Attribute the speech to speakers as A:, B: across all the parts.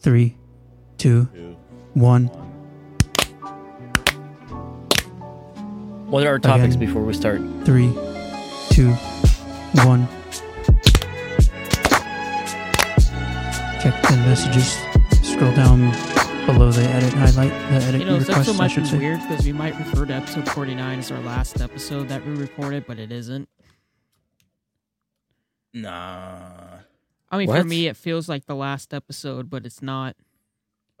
A: three, two,
B: Two.
A: one.
C: What are our topics
A: Again.
C: before we start?
A: three, two, one. Check the messages. Scroll down below the edit highlight, the edit
D: You know, this
A: request,
D: episode
A: I
D: might
A: should
D: be
A: say.
D: weird because we might refer to episode 49 as our last episode that we recorded, but it isn't.
B: Nah.
D: I mean, for
C: What?
D: me, it feels like the last episode, but it's not.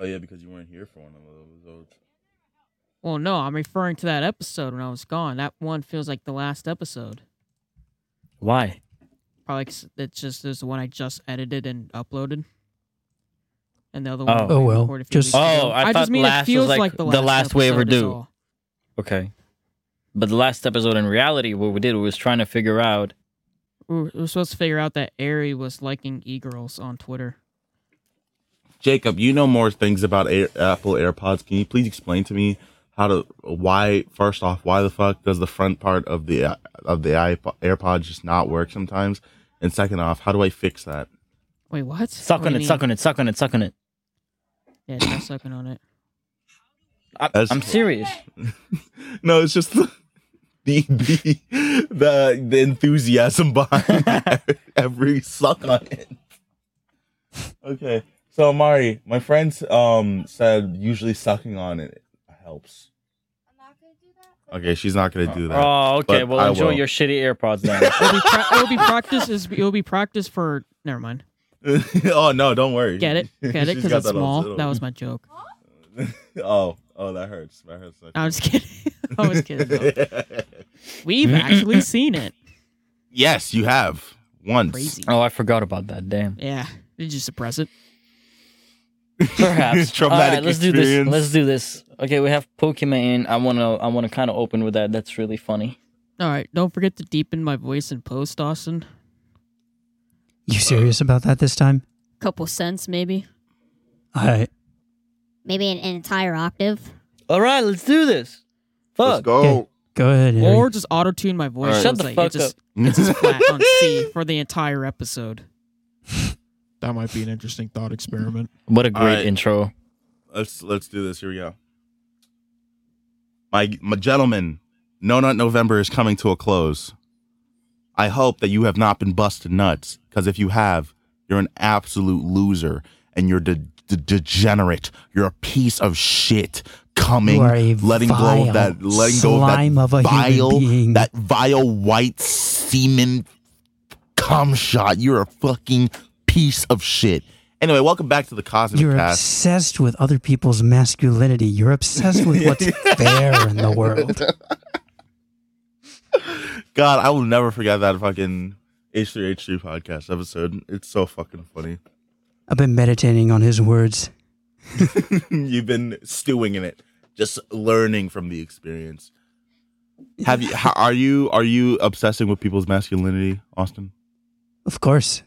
B: Oh yeah, because you weren't here for one of those. those.
D: Well, no, I'm referring to that episode when I was gone. That one feels like the last episode.
C: Why?
D: Probably 'cause it's just there's the one I just edited and uploaded. And the other one.
C: Oh.
D: we
A: Oh, well.
D: recorded a few
A: Just-
D: weeks ago.
C: Oh, I thought
D: just mean
C: last
D: it
C: was
D: feels
C: like
D: like,
C: the last way
D: episode is
C: overdue.
D: all.
C: Okay. But the last episode, in reality, what we did was trying to figure out.
D: We were, we were supposed to figure out that Ari was liking e girls on Twitter.
B: Jacob, you know more things about Air- Apple AirPods. Can you please explain to me how to why? First off, why the fuck does the front part of the uh, of the iPod, AirPod just not work sometimes? And second off, how do I fix that?
D: Wait, what?
C: Suck
D: What
C: on
D: do
C: it,
D: you
C: suck
D: mean?
C: on it, suck on it, suck on it.
D: Yeah, it's not sucking on it.
C: I,
B: That's-
C: I'm serious.
B: No, it's just the the the, the, the enthusiasm behind every suck on it. Okay, so Mari, my friends um said usually sucking on it helps.
E: I'm not gonna do that. but-
B: Okay, she's not gonna do that.
C: Oh, okay.
B: But
C: well,
B: I
C: enjoy
B: will.
C: your shitty AirPods then.
D: It'll be, pra- it'll be practice. is- It'll be practice for. Never mind.
B: oh no, don't worry.
D: Get it? Get it?
B: She's
D: Because
B: got
D: it's
B: that on
D: small.
B: Zoom.
D: That was my joke.
B: oh, oh, that hurts. That hurts.
D: No, I'm just kidding. I was kidding. though. We've actually seen it.
B: yes, you have once.
D: Crazy.
C: oh, I forgot about that. Damn.
D: Yeah. Did you suppress it?
C: Perhaps.
B: Traumatic
C: All right, let's do
B: experience.
C: this. Let's do this. Okay, we have Pokemon. I wanna. I wanna kind of open with that. That's really funny.
D: All right. Don't forget to deepen my voice in post, Austin.
A: You serious about that this time?
E: Couple cents, maybe.
A: I
E: Maybe an, an entire octave.
C: All right, let's do this.
B: Let's
C: Fuck.
B: go.
A: go ahead. Harry.
D: Or just auto tune my voice.
B: All
D: so
B: right.
C: Shut
D: it's
C: the
D: like,
C: fuck
D: it just,
B: This
D: It's flat on C for the entire episode.
F: That might be an interesting thought experiment.
C: What a
B: All
C: great
B: right.
C: intro.
B: let's let's do this. Here we go. My my gentlemen, No Nut November is coming to a close. I hope that you have not been busted nuts, because if you have, you're an absolute loser and you're de- de- degenerate. You're a piece of shit coming,
A: You are a
B: letting go
A: vile
B: of that, letting go of that
A: slime of a human
B: vile,
A: being.
B: that vile white semen cum shot. You're a fucking piece of shit. Anyway, welcome back to the Cosmic
A: You're
B: Cast.
A: obsessed with other people's masculinity. You're obsessed with what's fair in the world.
B: God, I will never forget that fucking H3H3 podcast episode. It's so fucking funny.
A: I've been meditating on his words.
B: You've been stewing in it, just learning from the experience. Have you? How, are you? Are you obsessing with people's masculinity, Austin?
A: Of course.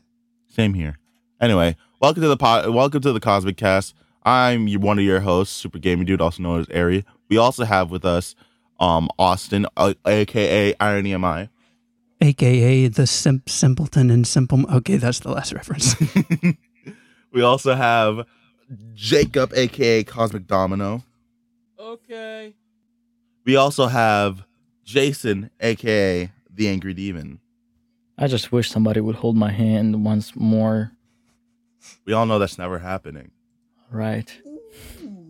B: Same here. Anyway, welcome to the pod, welcome to the Cosmic Cast. I'm your, one of your hosts, Super Gaming Dude, also known as Ari. We also have with us, um, Austin, uh, aka Irony Am I.
A: AKA the sim- simpleton and simple. Okay, that's the last reference.
B: We also have Jacob, aka Cosmic Domino.
D: Okay.
B: We also have Jason, aka the Angry Demon.
C: I just wish somebody would hold my hand once more.
B: We all know that's never happening.
C: Right.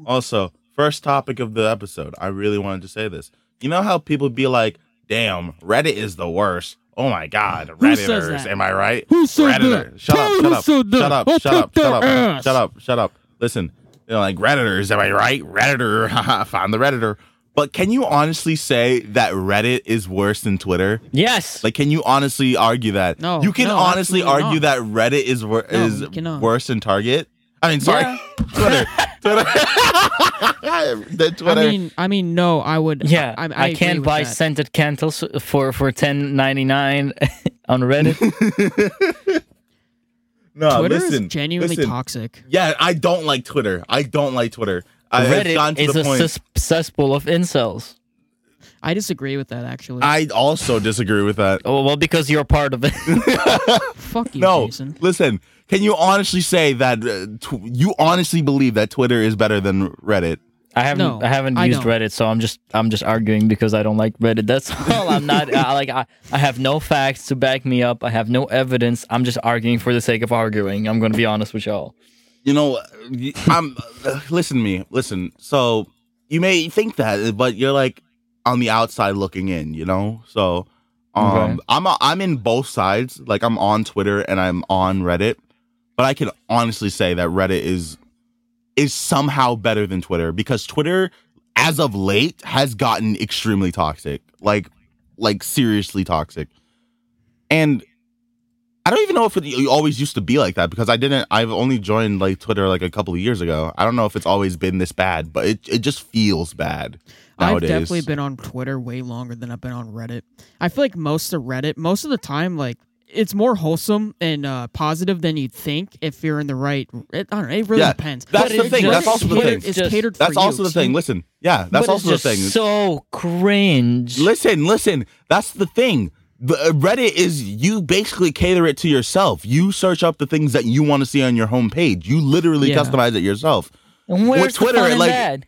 B: Also, first topic of the episode, I really wanted to say this. You know how people be like, damn, Reddit is the worst. Oh my God,
D: says
B: Redditors,
D: that?
B: am I right?
D: Who said
B: Redditor.
D: that?
B: Shut
D: Tell
B: up,
D: who
B: shut up,
D: said that.
B: shut up,
D: I'll
B: shut up,
D: kick
B: shut
D: their
B: up,
D: ass.
B: shut up, shut up. Listen, you know, like Redditors, am I right? Redditor, haha, found the Redditor. But can you honestly say that Reddit is worse than Twitter?
C: Yes.
B: Like, can you honestly argue that?
D: No,
B: You can
D: no,
B: honestly
D: absolutely
B: argue that Reddit is wor-
D: No,
B: is
D: you cannot.
B: worse than Target. I mean, sorry, Twitter, Twitter, Than Twitter.
D: I mean, I mean, no, I would.
C: yeah.
D: I, I,
C: I,
D: agree
C: can't
D: with
C: buy
D: that.
C: scented candles for for ten ninety nine on Reddit.
B: no,
D: Twitter
B: Uh, listen,
D: is genuinely
B: listen.
D: toxic.
B: Yeah, I don't like Twitter. I don't like Twitter. I, it's gone
C: Reddit
B: to
C: is
B: the
C: a
B: point.
C: sus- cesspool of incels.
D: I disagree with that actually.
B: I also disagree with that.
C: Oh well, because you're part of it.
D: Fuck you,
B: No,
D: Jason.
B: listen. Can you honestly say that uh, tw- you honestly believe that Twitter is better than Reddit?
C: I haven't
D: No,
C: I haven't
D: I
C: used
D: don't.
C: Reddit, so I'm just I'm just arguing because I don't like Reddit. That's all. I'm not I, like I, I have no facts to back me up. I have no evidence. I'm just arguing for the sake of arguing. I'm gonna be honest with y'all.
B: You know, y- I'm. Uh, listen to me. Listen. So you may think that, but you're like on the outside looking in. You know. So, um,
C: Okay.
B: I'm a, I'm in both sides. Like I'm on Twitter and I'm on Reddit, but I can honestly say that Reddit is is somehow better than Twitter because Twitter, as of late, has gotten extremely toxic. Like, like seriously toxic, and I don't even know if it y- always used to be like that because I didn't. I've only joined like Twitter like a couple of years ago. I don't know if it's always been this bad, but it it just feels bad nowadays.
D: I've definitely been on Twitter way longer than I've been on Reddit. I feel like most of Reddit, most of the time, like it's more wholesome and uh, positive than you'd think if you're in the right. It, I don't know. It really
B: Yeah,
D: depends. But
B: that's the
D: it
B: thing,
D: just-
B: that's also the
D: Twitter
B: thing.
D: is
C: Just-
D: catered for
B: that's
D: you,
B: also the
D: so
B: thing. Listen, yeah, that's
C: But
B: also
C: it's
B: the
C: just
B: thing.
C: So cringe.
B: Listen, listen. That's the thing. The, uh, Reddit is you basically cater it to yourself. You search up the things that you want to see on your homepage. You literally
D: Yeah.
B: customize it yourself.
C: and where's the
B: Twitter,
C: fun in
B: like,
C: that?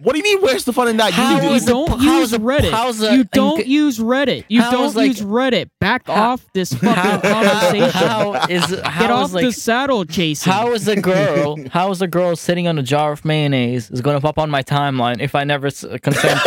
B: What do you mean? Where's the fun in that?
C: How
B: you
D: You
C: is
B: do,
C: it-
D: don't
C: how
D: use
C: is a-
D: Reddit.
C: how's a-
D: you don't
C: inc-
D: use Reddit. You
C: how
D: don't
C: is, like-
D: use Reddit. Back
C: How-
D: off this
C: How,
D: fucking
C: how,
D: conversation.
C: how is how
D: Get
C: is,
D: off
C: like,
D: the saddle, Jason.
C: How is a girl? How is a girl sitting on a jar of mayonnaise is going to pop on my timeline if I never s- uh, consent to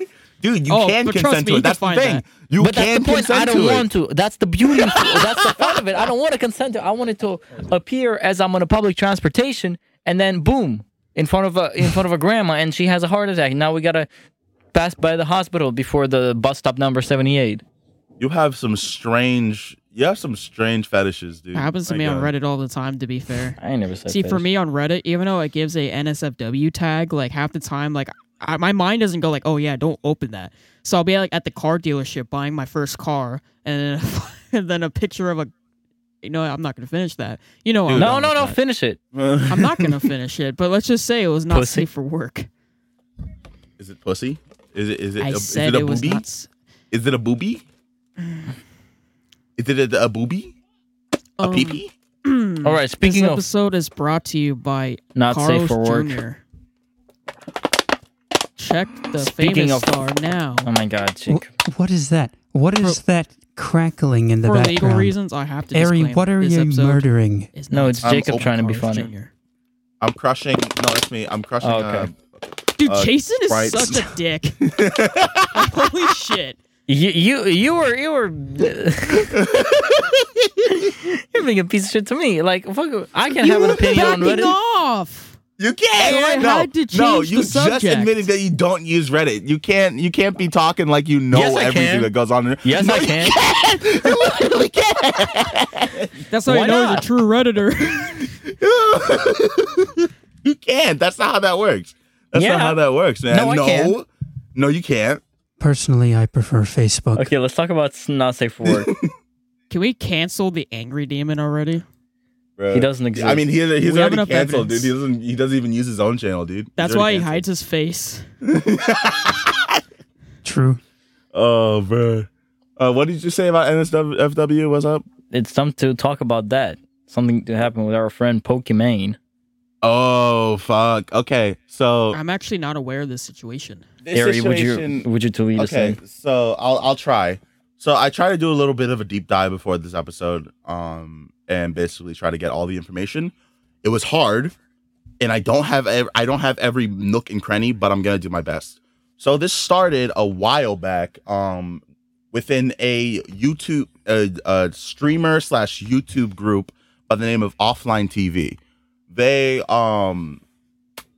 C: it?
B: dude, you
D: Oh,
B: can
D: but trust
B: consent
D: me,
B: to
D: you can
B: it. That's the
D: find
B: thing.
D: that.
B: You
C: but that's
B: can
C: the point.
B: consent
C: I don't
B: to it.
C: want to. That's the beauty. of- that's the fun of it. I don't want to consent to. it. I want it to appear as I'm on a public transportation, and then boom, in front of a in front of a grandma, and she has a heart attack. Now we gotta pass by the hospital before the bus stop number seventy eight.
B: You have some strange. You have some strange fetishes, dude.
D: It happens to
B: My
D: me on
B: God.
D: Reddit all the time. To be fair.
C: I ain't never said.
D: See, for
C: fetish.
D: me on Reddit, even though it gives a NSFW tag, like half the time, like I, my mind doesn't go like, "Oh yeah, don't open that." So I'll be like at the car dealership buying my first car, and then, and then a picture of a, you know, I'm not gonna finish that. You know, where I'm
C: No,
D: going
C: no,
D: with
C: no.
D: that.
C: Finish it.
D: I'm not gonna finish it, but let's just say it was not
C: Pussy.
D: safe for work.
B: Is it pussy? Is it? Is it?
D: I
B: a- is
D: said
B: it a
D: it was
B: booby?
D: not. s-
B: Is it a booby? Is it a, a booby? A
D: Um,
B: pee pee?
C: All right.
D: This
C: Speaking of
D: episode is brought to you by
C: Not safe
D: Carlos
C: for work.
D: Jr. Check the
C: Speaking
D: famous
C: of-
D: star now.
C: Oh my god, chick.
A: Wh- what is that? What is that crackling in the
D: for
A: background?
D: legal reasons, I have to.
A: Ari,
D: disclaim
A: what are
D: this
A: you
D: episode
A: murdering?
D: is
C: No,
D: not
C: it's
B: I'm
C: Jacob
B: open
C: trying to be
D: Carlos
C: funny.
D: Jr..
B: I'm crushing. No, that's me. I'm crushing.
C: Oh, okay.
B: uh,
D: Dude,
B: Uh,
D: Jason is
B: right.
D: such a dick. Holy shit!
C: You you you were you were you're being a piece of shit to me. Like fuck, I can't have an opinion on Reddit.
D: Backing off.
B: You
D: So I
B: can't. no,
D: had to
B: no,
D: change
B: you
D: the
B: just
D: subject.
B: admitted that you don't use Reddit. You can't. You can't be talking like you know
C: Yes, I
B: everything
C: can.
B: that goes on. there.
C: Yes,
B: no,
C: I
B: you
C: can.
B: can't. You literally can't.
D: That's how
C: Why
D: you know
C: not?
D: he's a true redditor.
B: you can't. That's not how that works. That's
C: Yeah.
B: not how that works, man.
C: No, I can.
B: no, No, you can't.
A: Personally, I prefer Facebook.
C: Okay, let's talk about s- not safe for work.
D: Can we cancel the angry demon already?
B: Bro.
C: He doesn't exist.
B: I mean, he, he's
D: We have
B: already
D: enough
B: canceled,
D: evidence.
B: dude. He doesn't. He doesn't even use his own channel, dude. He's
D: That's
B: already
D: why he
B: canceled.
D: hides his face.
A: True.
B: Oh, bro. Uh, what did you say about NSFW? What's up?
C: it's time to talk about that. Something that happened with our friend Pokimane.
B: Oh, fuck. Okay,
C: Oh.
B: so
D: I'm actually not aware of this situation.
B: this
C: Ari, would you would you to lead us
B: okay
C: in?
B: so i'll i'll try so i try to do a little bit of a deep dive before this episode um and basically try to get all the information it was hard and i don't have ev- i don't have every nook and cranny but i'm gonna do my best so this started a while back um within a youtube uh, uh streamer slash youtube group by the name of offline tv they um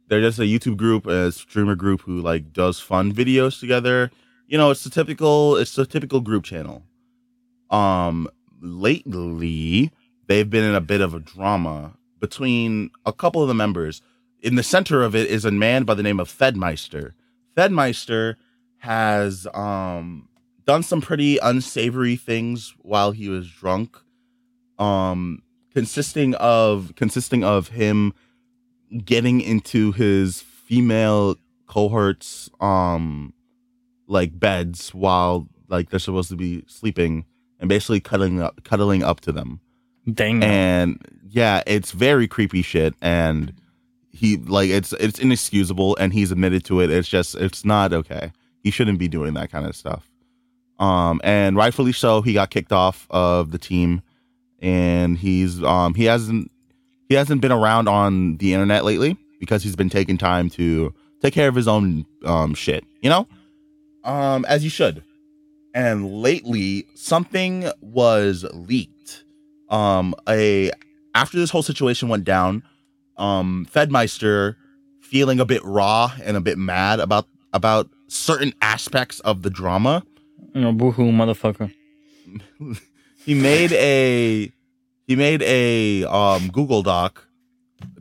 B: they're just a YouTube group, a streamer group who like does fun videos together. You know, it's a typical it's a typical group channel. Um lately they've been in a bit of a drama between a couple of the members. In the center of it is a man by the name of Fedmeister. Fedmeister has um done some pretty unsavory things while he was drunk. Um consisting of consisting of him getting into his female cohorts um like beds while like they're supposed to be sleeping and basically cuddling up cuddling up to them
C: Dang.
B: and yeah, it's very creepy shit, and he like it's it's inexcusable, and he's admitted to it. It's just it's not okay. He shouldn't be doing that kind of stuff. Um, and rightfully so, he got kicked off of the team, and he's um he hasn't he hasn't been around on the internet lately because he's been taking time to take care of his own um shit, you know, um as you should. And lately, something was leaked um a after this whole situation went down um fedmeister feeling a bit raw and a bit mad about about certain aspects of the drama
C: No, boohoo, motherfucker.
B: he made a he made a um google doc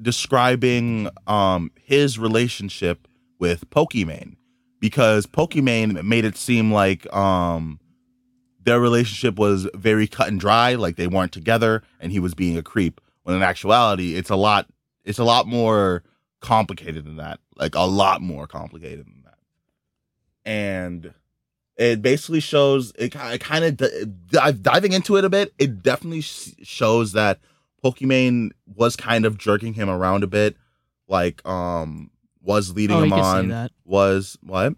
B: describing um his relationship with pokimane because pokimane made it seem like um their relationship was very cut and dry, like they weren't together and he was being a creep. When in actuality, it's a lot it's a lot more complicated than that. Like a lot more complicated than that. And it basically shows it, ki- it kind of d- dive, diving into it a bit. It definitely sh- shows that Pokimane was kind of jerking him around a bit, like um was leading
D: Oh,
B: him
D: you can
B: on
D: say that.
B: was what?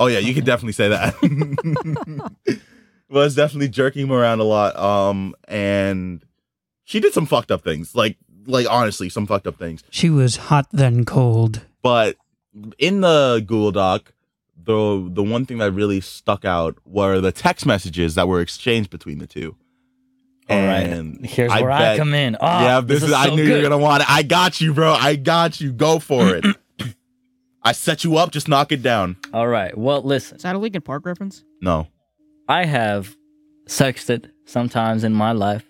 B: Oh yeah, you could definitely say that. was definitely jerking him around a lot. Um, and she did some fucked up things. Like, like honestly, some fucked up things.
A: She was hot then cold.
B: But in the Google Doc, the the one thing that really stuck out were the text messages that were exchanged between the two. And
C: Here's
B: I
C: where I
B: bet-
C: come in. Ah,
B: yeah, this, is, I
C: so
B: knew you
C: good.
B: were gonna want it. I got you, bro. I got you. Go for it. I set you up. Just knock it down.
C: All right. Well, listen.
D: Is that a Linkin Park reference?
B: No.
C: I have sexted sometimes in my life,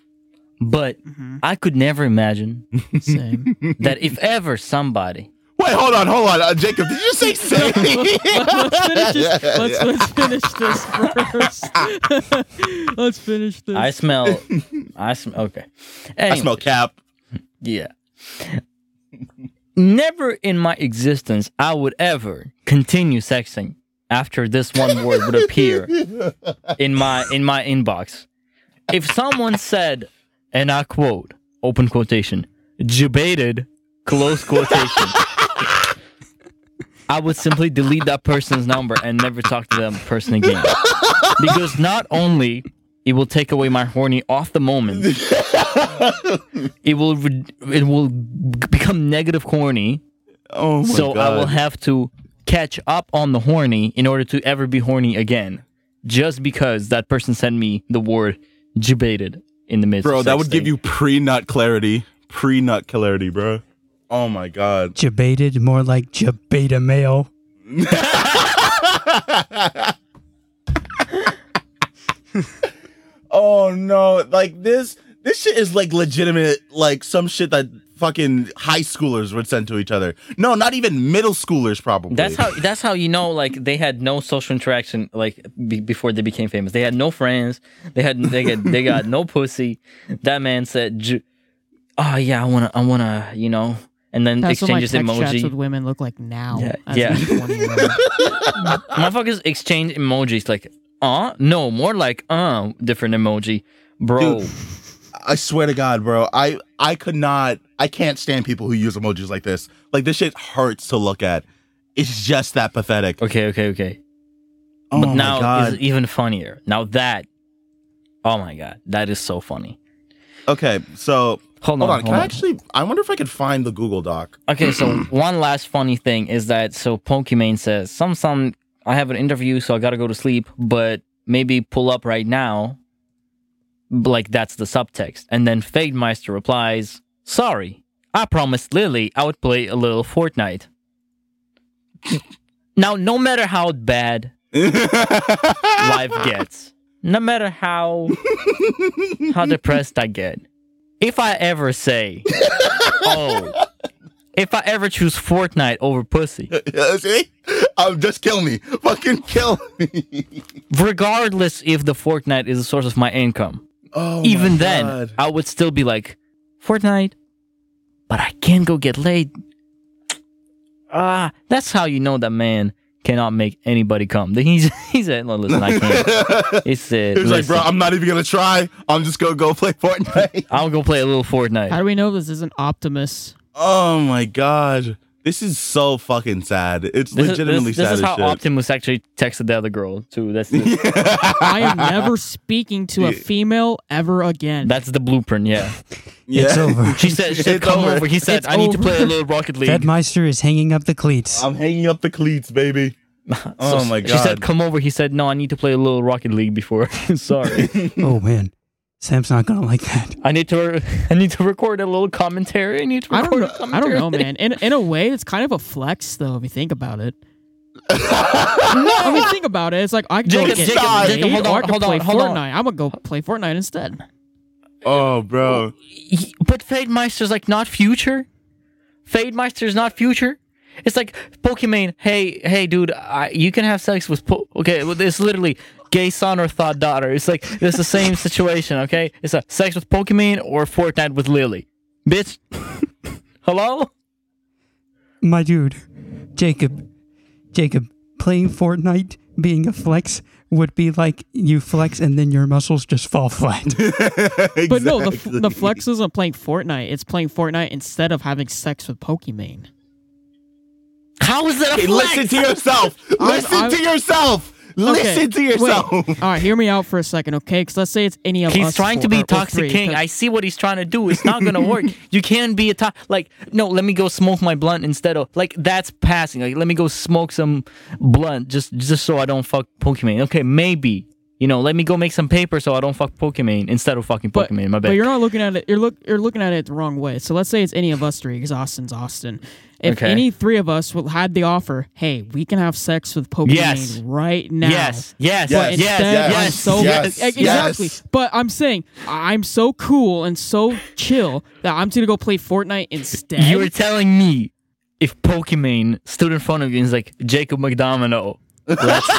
C: but
D: Mm-hmm.
C: I could never imagine
D: Same.
C: that if ever somebody
B: Wait, hold on, hold on, uh, Jacob. Did you just say sex?
D: let's finish this. Let's, let's finish this first. let's finish this.
C: I smell, I smell. Okay,
B: I
C: Anyway,
B: smell cap.
C: Yeah. Never in my existence I would ever continue sexting after this one word would appear in my in my inbox. If someone said, and I quote, open quotation, debated, close quotation, I would simply delete that person's number and never talk to that person again. Because not only it will take away my horny off the moment, it will re- it will g- become negative horny.
B: Oh my
C: so I will
B: God.
C: have to catch up on the horny in order to ever be horny again, just because that person sent me the word debated in the midst.
B: bro.
C: of
B: That would give
C: sexting.
B: you pre-nut clarity. Pre-nut clarity, bro. Oh my god.
A: Jabated, more like Jabeta male.
B: oh no! Like this. This shit is like legitimate. Like some shit that fucking high schoolers would send to each other. No, not even middle schoolers. Probably.
C: That's how. That's how you know. Like they had no social interaction. Like be, before they became famous, they had no friends. They had. They got. they got no pussy. That man said, "J- "Oh yeah, I wanna. I wanna. You know." And then
D: That's what my
C: exchanges
D: text chats
C: emoji.
D: with women look like now.
C: Yeah,
D: as
C: yeah.
D: a 20-year-old.
C: Motherfuckers exchange emojis like, uh, no, more like, uh, different emoji. Bro,
B: Dude. I swear to God, bro. I I could not. I can't stand people who use emojis like this. Like this shit hurts to look at. It's just that pathetic.
C: okay, okay, okay.
B: Oh
C: but
B: my
C: now
B: God.
C: is even funnier. Now that, oh my god, that is so funny.
B: okay, so
C: Hold on,
B: hold on.
C: hold
B: Can I
C: on.
B: actually? I wonder if I could find the Google Doc.
C: Okay, so one last funny thing is that so Pokimane says some some I have an interview, so I gotta go to sleep, but maybe pull up right now. B- Like that's the subtext, and then Fademeister replies, "Sorry, I promised Lily I would play a little Fortnite." now, no matter how bad life gets, no matter how how depressed I get, if I ever say, "Oh," if I ever choose Fortnite over pussy,
B: See, um, just kill me. Fucking kill me.
C: regardless if the Fortnite is a source of my income,
B: Oh, my
C: even then
B: God.
C: I would still be like, Fortnite, but I can't go get laid. Ah, that's how you know that man cannot make anybody come. Then He's, he said, no, listen, I can't. He said,
B: He was like, bro,
C: "Listen,
B: I'm not even gonna try. I'm just gonna go play Fortnite.
C: I'll go play a little Fortnite.
D: How do we know this isn't Optimus?
B: oh my god, this is so fucking sad. It's
C: This is-
B: legitimately
C: this, this
B: sad
C: is how
B: as shit.
C: Optimus actually texted the other girl too. That's the,
D: I am never speaking to a female ever again.
C: that's the blueprint. Yeah,
B: Yeah.
A: It's over.
C: she said, she said
B: It's
C: come
B: over.
C: over. He said,
D: It's
C: I need to
D: over.
C: play a little Rocket League.
A: Fed Meister is hanging up the cleats.
B: I'm hanging up the cleats, baby.
C: So
B: oh my
C: She said,
B: God.
C: come over. He said, no, I need to play a little Rocket League before. Sorry,
A: oh man, Sam's not gonna like that.
C: I need to. I need to record a little commentary. I need to
D: I don't
C: record.
D: know.
C: a
D: I don't
C: commentary.
D: know, man. In in a way, it's kind of a flex, though, if you think about it. no, I mean, think about it. It's like I can go
C: Jacob,
D: get
C: Jacob,
D: laid,
C: Jacob, hold
D: or I
C: on,
D: can
C: hold
D: play
C: on, hold
D: Fortnite.
C: on.
D: I'm gonna go play Fortnite instead.
B: Oh, bro.
C: He- But Fade Meister's like not future. Fade Meister's not future. It's like Pokemon. Hey, hey, dude, I, you can have sex with. Po- okay, well, it's literally gay son or thought daughter. It's like it's the same situation. Okay, it's a sex with Pokemon or Fortnite with Lily, bitch. Hello.
A: My dude, Jacob, Jacob, playing Fortnite, being a flex would be like you flex and then your muscles just fall flat.
D: But no, the, f- the flex isn't playing Fortnite. It's playing Fortnite instead of having sex with Pokimane.
C: How is that a
B: Hey,
C: flex?
B: listen to yourself. listen
D: I'm-
B: to yourself.
D: Okay,
B: Listen to
D: wait.
B: yourself.
D: All right, hear me out for a second, okay? Because let's say it's any of us.
C: He's trying to
D: four-
C: be
D: or- or
C: toxic
D: three,
C: king.
D: 'cause-
C: I see what he's trying to do. It's not gonna work. You can't be a to- like no. Let me go smoke my blunt instead of like that's passing. Like let me go smoke some blunt just just so I don't fuck Pokemon. Okay, maybe you know. Let me go make some paper so I don't fuck Pokemon instead of fucking
D: but,
C: Pokemon. My
D: but you're
C: bad.
D: not looking at it. You're look. You're looking at it the wrong way. So let's say it's any of us three, because Austin's Austin. If
C: Okay.
D: any three of us will had the offer, hey, we can have sex with Pokimane
C: Yes.
D: right now.
C: Yes, yes,
B: But
C: yes,
D: Instead,
C: yes,
B: yes,
D: I'm
C: yes,
D: so
B: yes,
D: Ex- exactly.
B: yes.
D: But I'm saying I'm so cool and so chill that I'm gonna go play Fortnite instead.
C: You're telling me if Pokemon stood in front of you and is like Jacob McDomino. let's-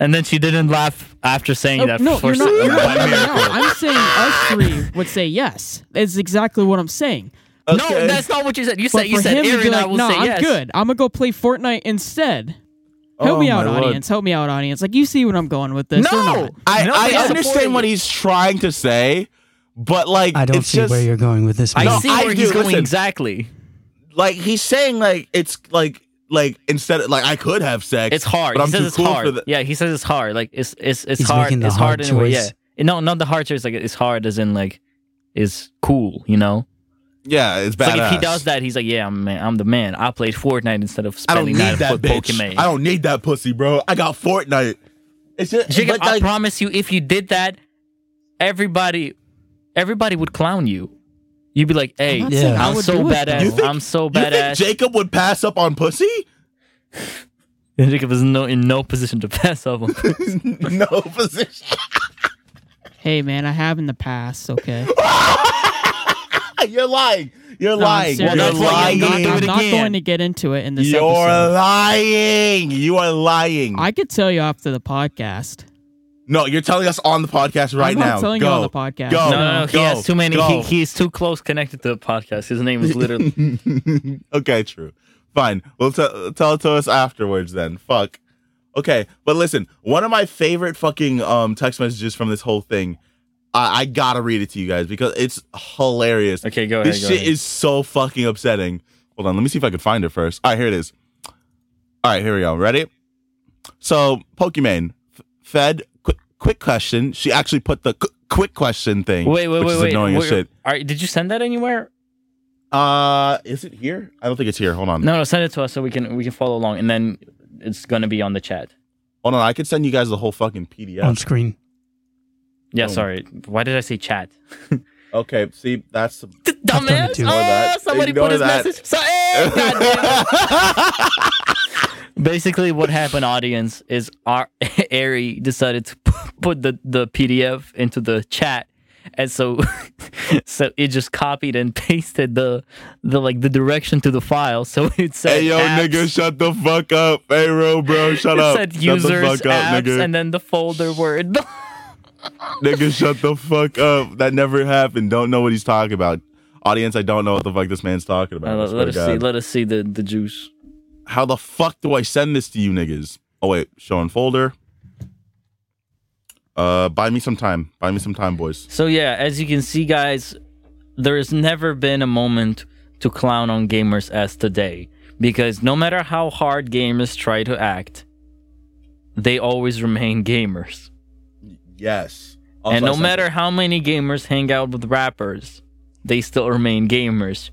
C: and then she didn't laugh after saying
D: Oh,
C: that
D: no,
C: for
D: you're not.
C: some-
D: You're
C: by
D: not hearing me
C: miracle.
D: out. I'm saying us three would say yes. That's exactly what I'm saying.
C: No, that's not what you said. You
D: But
C: said you
D: for
C: said
D: him to
C: Aaron
D: be
C: and I
D: like,
C: will
D: "Nah,
C: say
D: I'm
C: yes.
D: good. I'm gonna go play Fortnite instead." Help
B: Oh,
D: me out,
B: my lord.
D: audience. Help me out, audience. Like you see what I'm going with this? or
C: No,
D: not.
B: I,
C: No,
B: I
C: that's
B: understand what
C: supporting.
B: he's trying to say, but like
A: I don't
B: it's
A: see
B: just
A: where you're going with this.
C: I
A: Man.
B: No,
C: see
B: I
C: where he's
B: do.
C: going
B: Listen.
C: exactly.
B: like he's saying like it's like like instead of like I could have sex.
C: It's hard.
B: But
C: he
B: I'm
C: says
B: too
C: it's
B: cool
C: hard.
B: for that.
C: Yeah, he says it's hard. Like it's it's it's
A: He's
C: hard.
A: making the
C: It's
A: hard
C: hard anyway. Yeah.
A: choice.
C: No, not the hard choice. Like it's hard as in like is cool. You know.
B: Yeah, it's
C: It's
B: badass.
C: Like if he does that, he's like, yeah, I'm man, I'm the man. I played Fortnite instead of
B: I don't
C: spending
B: need
C: that
B: that
C: with
B: bitch.
C: Pokemon.
B: I don't need that pussy, bro. I got Fortnite. It's just
C: Jacob,
B: but,
C: I
B: like,
C: promise you, if you did that, everybody, everybody would clown you. You'd be like, hey,
D: I'm not
A: Yeah.
D: saying I
C: I'm
D: would
C: so
D: do it, though.
C: badass.
B: You think-
C: I'm so
B: you think
C: badass.
B: Jacob would pass up on pussy?
C: And Jacob is no in no position to pass up. on-
B: no position.
D: Hey, man, I have in the past. Okay.
B: You're lying. You're
D: No, I'm
B: lying.
D: serious.
B: You're
C: That's why
B: lying.
C: you're not
D: I'm not, I'm
C: doing it
D: not
C: again.
D: going to get into it in this
B: You're
D: episode.
B: lying. You are lying.
D: I could tell you after the podcast.
B: no, you're telling us on the podcast right
D: I'm
B: now.
D: not telling
B: Go.
D: you on the podcast.
C: No,
B: Go.
C: no, no, he
B: Oh, go,
C: has too many.
B: go.
C: He, he's too close connected to the podcast. His name is literally.
B: okay, true. Fine. Well, t- tell it to us afterwards then. Fuck. Okay, but listen. One of my favorite fucking um, text messages from this whole thing. I, I gotta read it to you guys because it's hilarious.
C: okay, go ahead.
B: this
C: go
B: shit
C: ahead.
B: is so fucking upsetting. Hold on, let me see if I can find it first. All right, here it is. All right, here we go. Ready? So, Pokimane, F- Fed, quick, quick question. She actually put the qu- quick question thing.
C: wait, wait,
B: which
C: wait,
B: is
C: wait.
B: annoying as
C: Wait,
B: shit.
C: all right, did you send that anywhere?
B: Uh, is it here? I don't think it's here. Hold on.
C: No, no, send it to us so we can we can follow along, and then it's gonna be on the chat.
B: Hold on. I could send you guys the whole fucking
A: On
B: PDF.
A: screen,
C: Yeah,
B: Oh.
C: sorry. Why did I say chat?
B: Okay. See, that's.
A: I've done it
C: Dumbass!
A: too.
B: Ignore
C: Oh,
B: that.
C: somebody
B: Ignore
C: put his
B: that.
C: message. So, eh, goddamn. Basically, what happened, audience, is our Ari decided to p- put the, the PDF into the chat, and so so it just copied and pasted the the like the direction to the file. So it said,
B: hey, yo,
C: apps,
B: nigga, shut the fuck up. Hey, bro, bro, shut
C: it
B: up.
C: said
B: shut
C: users,
B: the fuck up,
C: apps,
B: nigga.
C: and then the folder word.
B: Nigga, shut the fuck up. That never happened. Don't know what he's talking about. Audience, I don't know what the fuck this man's talking about. I
C: Uh, let
B: swear
C: us
B: to
C: see.
B: God.
C: Let us see the the juice.
B: how the fuck do I send this to you niggas? Oh wait, show in folder. Uh, buy me some time. Buy me some time, boys.
C: So yeah, as you can see, guys, there has never been a moment to clown on gamers as today, because no matter how hard gamers try to act, they always remain gamers.
B: Yes.
C: and no matter how many gamers hang out with rappers, they still remain gamers,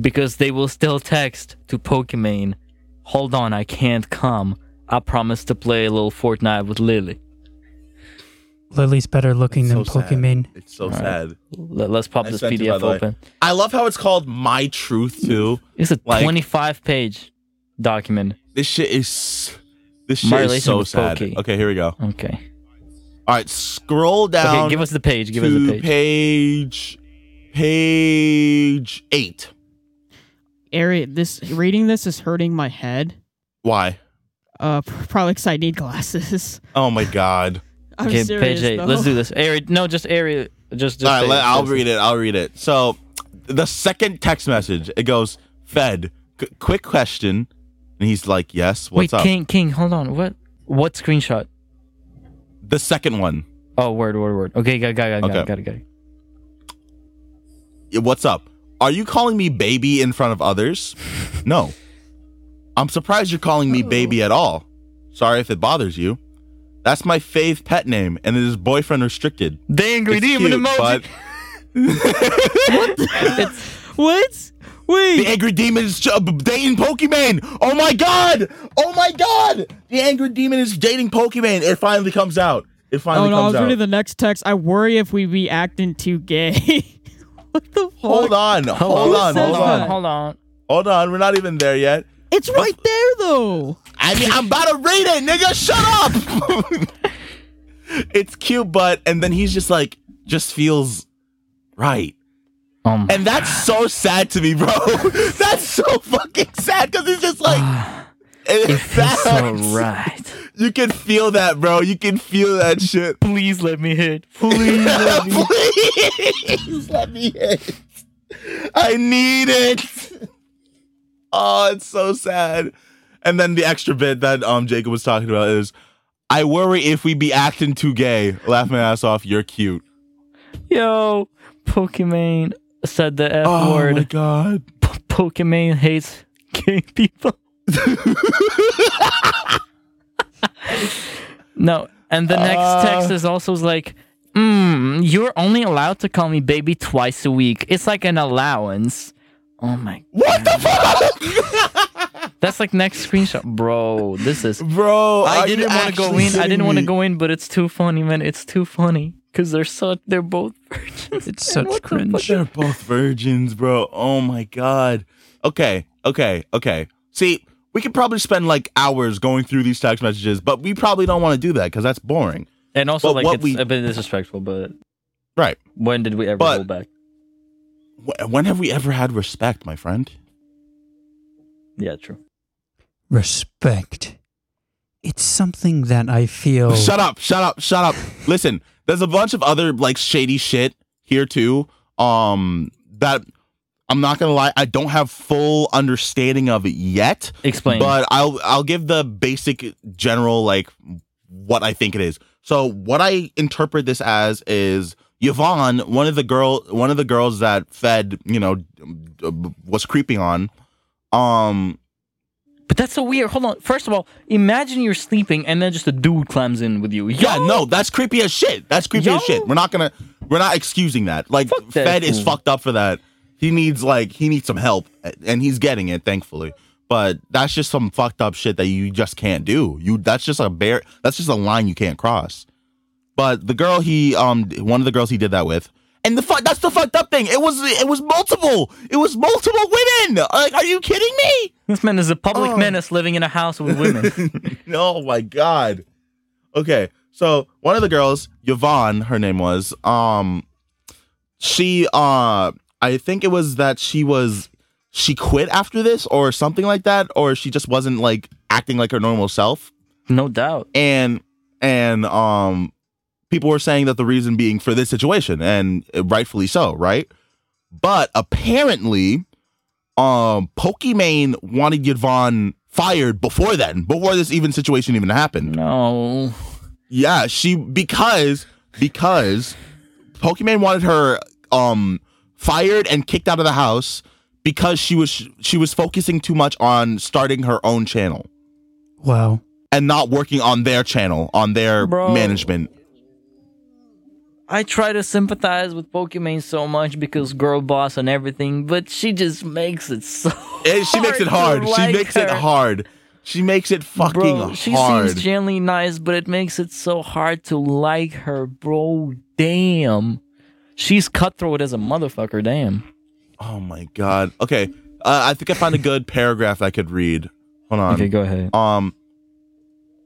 C: because they will still text to Pokimane, "Hold on, I can't come. I promise to play a little Fortnite with Lily."
A: Lily's better looking than Pokemon.
B: It's so sad.
C: Let- Let's pop
B: I
C: this
B: sent you, by
C: PDF
B: the way.
C: open.
B: I love how it's called My Truth too.
C: It's a
B: Like-
C: 25 page document.
B: This shit is this shit
C: My
B: is
C: relation
B: so
C: with
B: sad.
C: Pokey.
B: Okay, here we go.
C: Okay.
B: All right, scroll down.
C: Okay, give us the page. Give us
B: to
C: the page.
B: page page eight.
D: Ari, this reading this is hurting my head.
B: Why?
D: Uh, probably because I need glasses.
B: Oh my god.
D: I'm
C: Okay,
D: serious.
C: page eight.
D: though.
C: Let's do this. Ari, no, just Ari. Just, just.
B: All right,
C: Ari,
B: let, I'll
C: just-
B: read it. I'll read it. So, the second text message, it goes, "Fed, qu- quick question," and he's like, "Yes,
C: Wait,
B: what's up?"
C: King, King, hold on. What? What screenshot?
B: The second one,
C: Oh, word, word, word. Okay, got, got, got, got,
B: Okay.
C: it, got, it, got. it.
B: "Yeah, "What's up? Are you calling me baby in front of others?" no. I'm surprised you're calling me baby at all. Sorry if it bothers you. That's my fave pet name, and it is boyfriend restricted.
C: The angry
B: It's
C: demon
B: cute,
C: emoji.
B: but-
C: It's,
D: What? Wait.
B: The angry demon is ch- dating Pokemon. Oh my god! Oh my god! The angry demon is dating Pokemon. It finally comes out. It
D: oh
B: finally
D: no, I was
B: comes out.
D: reading the next text. I worry if we be acting too gay. what the fuck?
B: hold on, hold on,
D: says
B: hold
D: that?
B: on,
C: hold on.
B: hold on. We're not even there yet.
D: It's right there though.
B: I mean, I'm about to read it, nigga. Shut up. it's cute, but and then he's just like, just feels right.
C: Oh my.
B: And that's so sad to me, bro. that's so fucking sad because he's just like. It,
C: It feels so
B: sucks.
C: right.
B: You can feel that, bro. You can feel that shit.
C: Please let me hit. Please. let me-
B: Please let me hit. I need it. Oh, it's so sad. And then the extra bit that um Jacob was talking about is I worry if we be acting too gay. Laugh my ass off, you're cute.
C: Yo, Pokimane said the F
B: oh my
C: word.
B: god.
C: P- Pokimane hates gay people. No, and the
B: Uh.
C: next text is also like, mm, "You're only allowed to call me baby twice a week. It's like an allowance." Oh my,
B: What the
C: that's like next screenshot, bro. This is.
B: fuck? Bro,
C: I
B: are
C: didn't
B: you
C: want to go
B: actually
C: in. I
B: kidding
C: didn't want to
B: me?
C: go in, but it's too funny, man. It's too funny because they're so they're both virgins.
A: It's
C: man.
A: such
C: What the fuck?
A: cringe.
B: They're both virgins, bro. Oh my god. Okay, okay, okay. See, we could probably spend like hours going through these text messages, but we probably don't want to do that because that's boring.
C: And also,
B: But
C: like,
B: what
C: it's
B: we-
C: a bit disrespectful. But
B: Right.
C: when did we ever
B: But-
C: hold back?
B: Wh- When have we ever had respect, my friend?
C: Yeah, true.
A: Respect. It's something that I feel.
B: Shut up, shut up, shut up. Listen, there's a bunch of other like shady shit here too. Um that I'm not gonna lie, I don't have full understanding of it yet.
C: Explain.
B: But I'll I'll give the basic general like what I think it is. So what I interpret this as is Yvonne, one of the girl, one of the girls that Fed, you know, was creeping on. Um,
C: but that's so weird. Hold on. First of all, imagine you're sleeping and then just a dude climbs in with you. Yo,
B: yeah, no, that's creepy as shit. That's creepy as
C: Yo.
B: shit. We're not gonna, we're not excusing that. Like
C: Fuck that
B: Fed is
C: fool.
B: fucked up for that. He needs like he needs some help, and he's getting it thankfully. But that's just some fucked up shit that you just can't do. You that's just a bear. That's just a line you can't cross. But the girl he um one of the girls he did that with, and the fuck that's the fucked up thing. It was it was multiple. It was multiple women. Like, are you kidding me?
C: this man is a public
B: Oh.
C: menace living in a house with women.
B: oh my god. Okay, so one of the girls, Yvonne, her name was, um, she, uh, I think it was that she was, she quit after this or something like that, or she just wasn't like acting like her normal self,
C: no doubt.
B: and and um, people were saying that the reason being for this situation, and rightfully so, right? But apparently, um, Pokimane wanted Yvonne fired before then, before this even situation even happened.
C: No.
B: Yeah, she because because Pokemon wanted her um fired and kicked out of the house because she was she was focusing too much on starting her own channel
A: Wow.
B: and not working on their channel on their
C: Bro.
B: management.
C: I try to sympathize with Pokimane so much because girl boss and everything, but she just makes it so.
B: And Eh, she makes it hard.
C: to
B: she
C: like
B: makes it
C: her.
B: hard. She makes it fucking
C: Bro, she
B: hard.
C: seems genuinely nice, but it makes it so hard to like her, bro. Damn. She's cutthroat as a motherfucker, damn.
B: oh my god. Okay, uh, I think I found a good paragraph I could read. Hold on.
C: Okay, go ahead.
B: Um,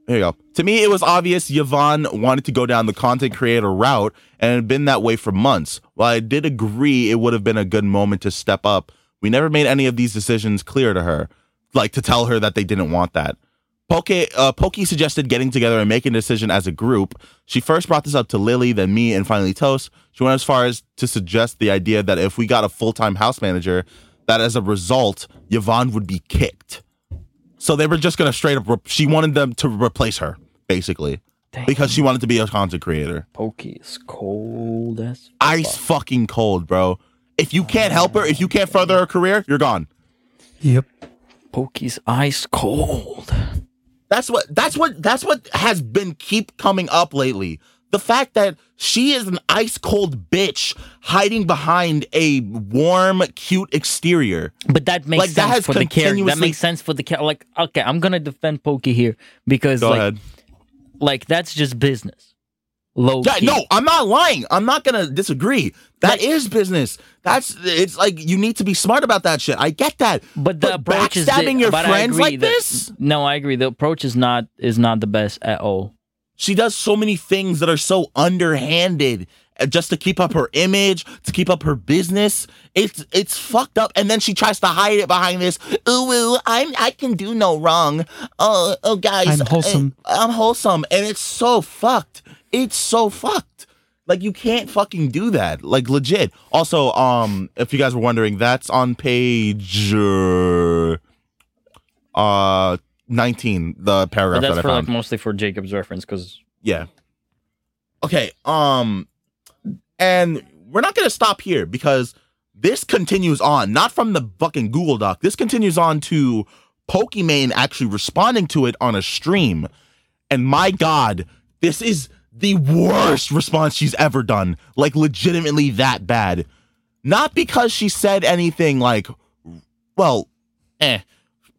B: here you go. To me, it was obvious Yvonne wanted to go down the content creator route and had been that way for months. While I did agree it would have been a good moment to step up, we never made any of these decisions clear to her, like to tell her that they didn't want that. Poke, uh, Pokey suggested getting together and making a decision as a group. She first brought this up to Lily, then me, and finally Toast. She went as far as to suggest the idea that if we got a full time house manager, that as a result, Yvonne would be kicked. So they were just gonna straight up. Re- she wanted them to replace her basically
C: Damn.
B: because she wanted to be a content creator.
C: Pokey is cold as.
B: Ice fucking cold, bro. If you can't help her, if you can't further her career, you're gone.
A: Yep.
C: Pokey's ice cold.
B: That's what. That's what. That's what has been keep coming up lately. The fact that she is an ice cold bitch hiding behind a warm, cute exterior.
C: But that makes
B: Like, that
C: sense
B: has
C: for the character. That
B: continuously-
C: makes sense for the character. Like, okay, I'm gonna defend Pokey here because like, like that's just business. Low.
B: Yeah,
C: key.
B: no, I'm not lying. I'm not gonna disagree. That is business. That's it's like you need to be smart about that shit. I get that.
C: But the approach is
B: backstabbing
C: di-
B: your
C: but I
B: friends
C: agree
B: like
C: that-
B: this.
C: No, I agree. The approach is not is not the best at all.
B: She does so many things that are so underhanded uh, just to keep up her image, to keep up her business. It's it's fucked up. And then she tries to hide it behind this. Ooh, ooh I'm I can do no wrong. Oh, oh, guys,
A: I'm wholesome.
B: I, am wholesome, and it's so fucked. It's so fucked. Like you can't fucking do that. Like legit. Also, um, if you guys were wondering, that's on page uh, uh 19, the
C: But
B: paragraph
C: that's
B: that I
C: for
B: found.
C: like mostly for Jacob's reference because
B: Yeah. Okay. Um, and we're not gonna stop here because this continues on, not from the fucking Google Doc. This continues on to Pokimane actually responding to it on a stream. And my God, this is the worst response she's ever done. Like legitimately that bad. Not because she said anything like, well, eh.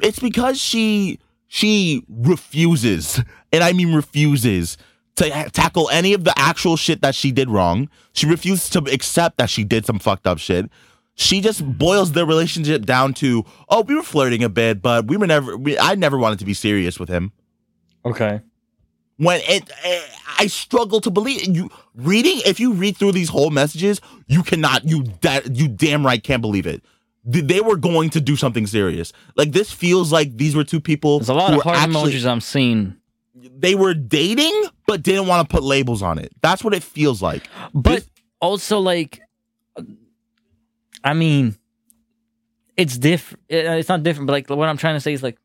B: It's because she she refuses, and I mean refuses to ha- tackle any of the actual shit that she did wrong. She refuses to accept that she did some fucked up shit. She just boils their relationship down to, oh, we were flirting a bit, but we were never. We, I never wanted to be serious with him.
C: okay,
B: When it, eh, I struggle to believe you reading. If you read through these whole messages, you cannot. You that you damn right can't believe it. Th- They were going to do something serious. Like this feels like these were two people.
C: there's a lot
B: who
C: of
B: were
C: hard
B: actually-
C: emojis I'm seeing.
B: they were dating but didn't want to put labels on it. That's what it feels like.
C: But also like, I mean, it's different. It's not different, but like what I'm trying to say is like,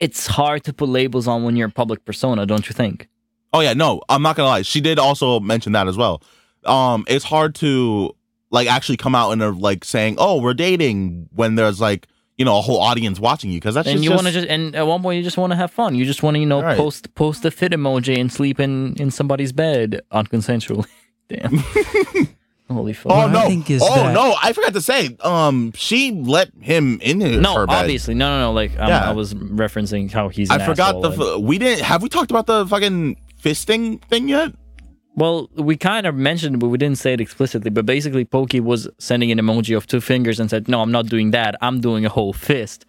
C: it's hard to put labels on when you're a public persona, don't you think?
B: Oh yeah, no, I'm not gonna lie. She did also mention that as well. Um, it's hard to like actually come out and uh, like saying, "Oh, we're dating," when there's like you know a whole audience watching you because that's
C: and
B: just,
C: you want to
B: just-
C: just and at one point you just want to have fun. You just want to you know
B: Right.
C: post post a fit emoji and sleep in in somebody's bed unconsensually. Damn. Holy fuck.
B: Oh
A: What I
B: no!
A: think is
B: oh
A: that-
B: no! I forgot to say. Um, she let him in her
C: no,
B: her bed.
C: obviously, no, no, no. Like um,
B: Yeah.
C: I was referencing how he's. An
B: I forgot the.
C: asshole and-
B: f we didn't. Have we talked about the fucking fisting thing yet?
C: well, we kind of mentioned, it, but we didn't say it explicitly. But basically, Pokey was sending an emoji of two fingers and said, "No, I'm not doing that. I'm doing a whole fist,"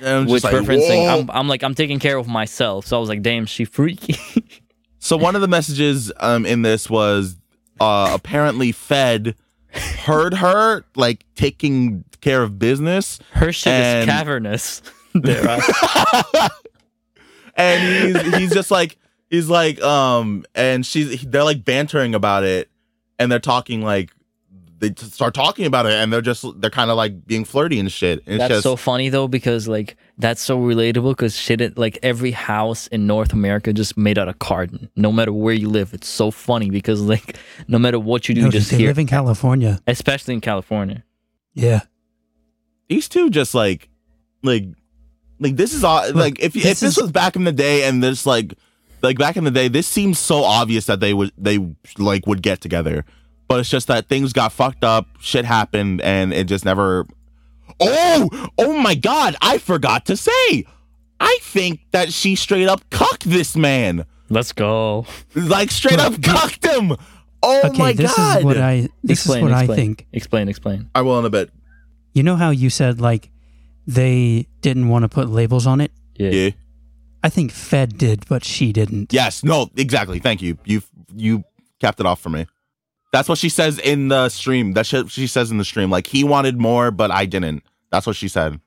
B: And I'm
C: which
B: just like,
C: referencing, um,
B: "Whoa."
C: I'm, I'm like, I'm taking care of myself. So I was like, "Damn, she freaky."
B: So one of the messages um in this was uh apparently Fed heard her like taking care of business
C: Her shit
B: And-
C: is cavernous. there, uh, I-
B: and he's he's just like he's like um and she's they're like bantering about it and they're talking like they- they t- start talking about it and they're just they're kind of like being flirty and shit. And it's
C: That's
B: just
C: so funny though because like that's so relatable because shit, it- like every house in North America just made out of carton. No matter where you live, it's so funny because like no matter what you do,
A: no,
C: you just
A: they
C: hear,
A: live in California.
C: especially in California.
A: Yeah.
B: these two just like like like this is all like if if
A: this
B: this
A: is-
B: was back in the day and this like like back in the day this seems so obvious that they would they like would get together but it's just that things got fucked up shit happened and it just never oh oh my god i forgot to say i think that she straight up cucked this man
C: Let's go.
B: like straight up cucked him oh
A: okay,
B: my
A: this
B: god
A: is what I this
C: explain,
A: is what
C: explain,
A: I think.
C: Explain, explain.
B: I will in a bit
A: You know how you said like they didn't want to put labels on it?
C: Yeah.
B: yeah
A: I think Fed did, but she didn't.
B: Yes. No. Exactly. Thank you. You you capped it off for me. That's what she says in the stream. That's what she says in the stream. Like he wanted more, but I didn't. That's what she said.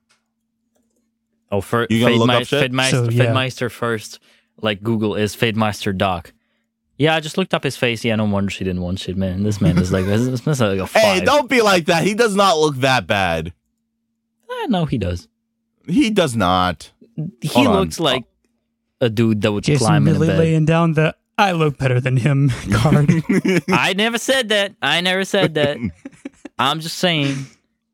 C: Oh, for,
B: You gonna look up
C: Fademeister,
B: shit?
C: Fademeister,
A: So, yeah.
C: Fademeister first, like Google is Fademeister Doc. Yeah, I just looked up his face. Yeah, no wonder she didn't want shit, man. This man is like, this, this man's like a five.
B: Hey, don't be like that. He does not look that bad.
C: Eh, no, he does.
B: He does not.
C: He
B: Hold on.
C: looks like a dude that would
A: Jason
C: climb in a
A: Lilly
C: bed.
A: laying down the I look better than him card.
C: I never said that. I never said that. I'm just saying.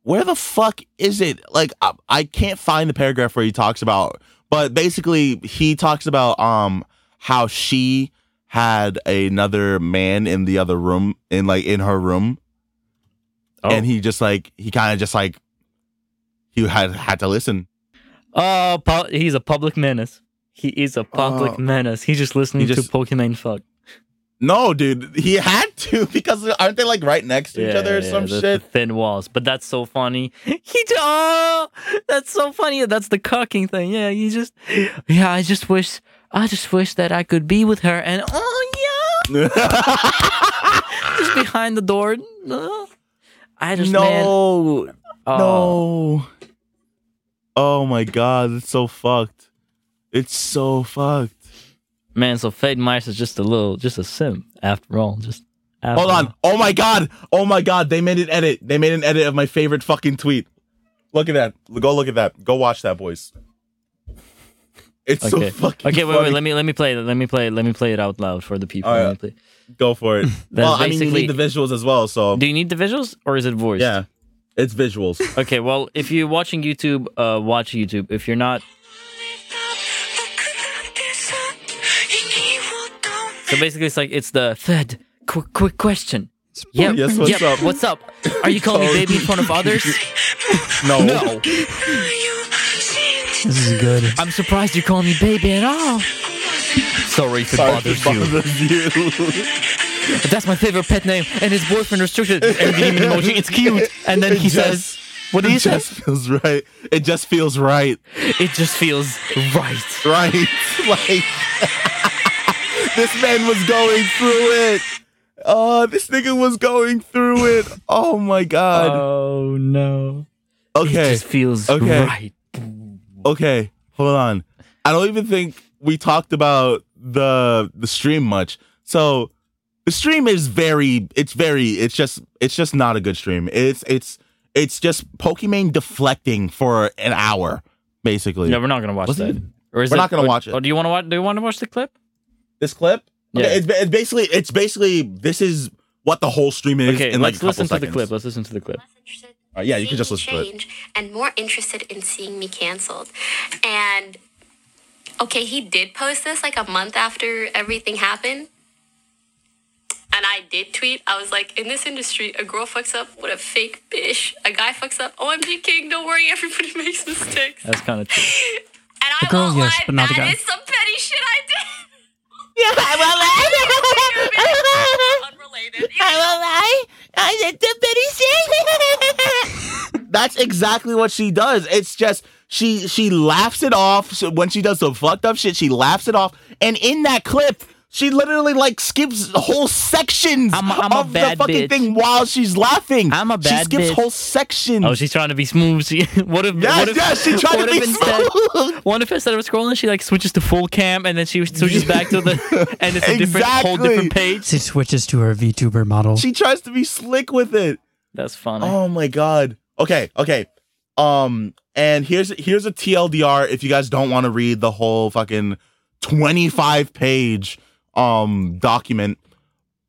B: Where the fuck is it? Like I, I can't find the paragraph where he talks about. But basically, he talks about um how she had another man in the other room in like in her room
C: Oh.
B: and he just like he kind of just like he had had to listen.
C: Oh, pu- he's a public menace. He is a public
B: Oh.
C: menace. He's just listening
B: He
C: to
B: just-
C: Pokemon fuck.
B: No, dude, he had to because aren't they like right next to each other or some
C: the-
B: shit?
C: the thin walls, but that's so funny. He j- oh, that's so funny. That's the cucking thing. Yeah, you just yeah. I just wish I just wish that I could be with her and oh yeah, just behind the door. No, I just man,
B: no,
C: oh,
B: no. Oh my god, it's so fucked. It's so fucked.
C: man. So Fade Mice is just a little, just a sim after all. Just after
B: Hold
C: all.
B: on. Oh my god. Oh my god. They made an edit. They made an edit of my favorite fucking tweet. Look at that. Go look at that. Go watch that, boys. It's
C: Okay.
B: so fucking.
C: okay, wait,
B: funny.
C: wait. Let me let me play it. Let me play it. Let me play it out loud for the people.
B: All
C: Let
B: right.
C: me play.
B: go for it.
C: That's
B: well, I mean, you need the
C: basically-
B: visuals as well. So
C: Do you need the visuals or is it voice?
B: yeah, it's visuals.
C: Okay, well, if you're watching YouTube, uh, watch YouTube. If you're not, so basically, it's like it's the Fed. Quick, quick question. Yeah.
B: Yes, what's up?
C: What's up? Are you calling me
B: Sorry.
C: baby in front of others?
B: No.
C: No.
A: this is good.
C: I'm surprised you're calling me baby at all. Sorry if it
B: Sorry
C: bothers
B: to
C: you.
B: bother you.
C: But that's my favorite pet name, and his boyfriend restricted. it. And you give him an emoji. It's cute. And then
B: It
C: he
B: just-
C: says, "What do you
B: It
C: say?"
B: just feels right. It just feels right.
C: It just feels right.
B: Right. like this man was going through it. Oh, this nigga was going through it. Oh my god.
C: Oh no. It
B: okay.
C: just feels
B: Okay.
C: right.
B: Okay. Hold on. I don't even think we talked about the the stream much. So the stream is very it's very it's just it's just not a good stream. It's it's it's just Pokemon deflecting for an hour, basically.
C: No, we're not gonna watch
B: Wasn't
C: that.
B: it-
C: Or is
B: We're not gonna
C: or-
B: watch it.
C: Or do you want to watch? Do you want to watch the clip?
B: This clip? Okay,
C: Yeah.
B: it's, ba- it's basically it's basically this is what the whole stream is.
C: Okay,
B: in
C: let's
B: like a couple
C: listen to the
B: seconds.
C: clip. Let's listen to the clip.
G: less interested in
B: Uh, yeah, you can
G: seeing
B: just
G: me
B: listen to it.
G: change and more interested in seeing me canceled and okay he did post this like a month after everything happened and I did tweet. I was like, in this industry, a girl fucks up with a fake bitch. A guy fucks up. OMG King, don't worry, everybody makes mistakes. And
C: That's kind of true.
G: I
A: A girl,
G: won't
A: yes,
G: lie,
A: but not a
G: that
A: guy.
G: is some petty shit I did. Yeah, I will lie. Unrelated.
B: That's exactly what she does. It's just she she laughs it off so when she does some fucked up shit. She laughs it off, and in that clip, she literally like skips whole sections
C: I'm a- I'm a
B: of
C: bad
B: the fucking
C: bitch.
B: thing while she's laughing.
C: I'm a
B: She
C: bad
B: skips
C: bitch.
B: whole sections.
C: Oh, she's trying to be smooth. She, what if?
B: yes,
C: what if,
B: yes, she tried
C: what
B: to
C: if
B: be
C: instead,
B: smooth.
C: What if instead of scrolling, she like switches to full cam and then she switches back to the and it's a different, whole different
B: Exactly.
C: page.
A: She switches to her VTuber model.
B: She tries to be slick with it.
C: That's funny.
B: Oh my god. Okay, okay. Um and here's here's a TLDR if you guys don't want to read the whole fucking 25 page um document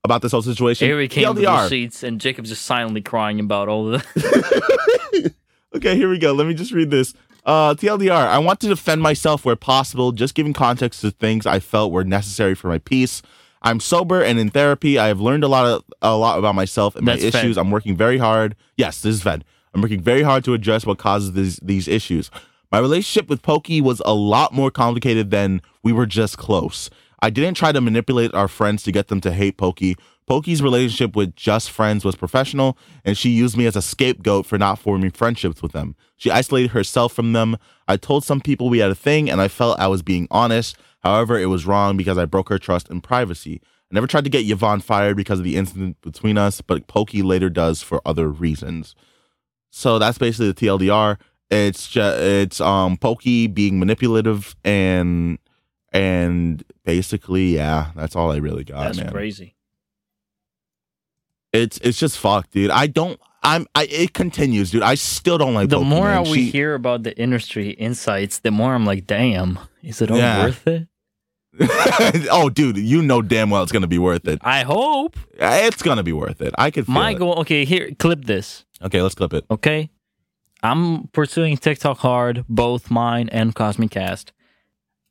B: about this whole situation.
C: Here we came with the
B: TLDR.
C: receipts, and Jacob's just silently crying about all of the.
B: okay, here we go. Let me just read this. Uh, TLDR, I want to defend myself where possible, just giving context to things I felt were necessary for my peace. I'm sober and in therapy. I have learned a lot of, a lot about myself and my
C: That's Fed.
B: issues. I'm working very hard. Yes, this is Fed. I'm working very hard to address what causes these these issues. My relationship with Pokey was a lot more complicated than we were just close. I didn't try to manipulate our friends to get them to hate Pokey. Pokey's relationship with just friends was professional, and she used me as a scapegoat for not forming friendships with them. She isolated herself from them. I told some people we had a thing, and I felt I was being honest. However, it was wrong because I broke her trust and privacy. I never tried to get Yvonne fired because of the incident between us, but Pokey later does for other reasons. So that's basically the TLDR. It's just it's um Pokey being manipulative and and basically yeah, that's all I really got.
C: That's
B: Oh, man
C: crazy.
B: it's it's just fucked, dude. I don't. I'm. I it continues, dude. I still don't like.
C: the
B: Pokemon.
C: more we
B: She-
C: hear about the industry insights, the more I'm like, damn, is it all
B: Yeah.
C: worth it?
B: oh, dude, you know damn well it's gonna be worth it.
C: I hope.
B: It's gonna be worth it. I could. Feel
C: My
B: it.
C: goal. Okay, here, clip this.
B: Okay, let's clip it.
C: Okay, I'm pursuing TikTok hard, both mine and Cosmic Cast.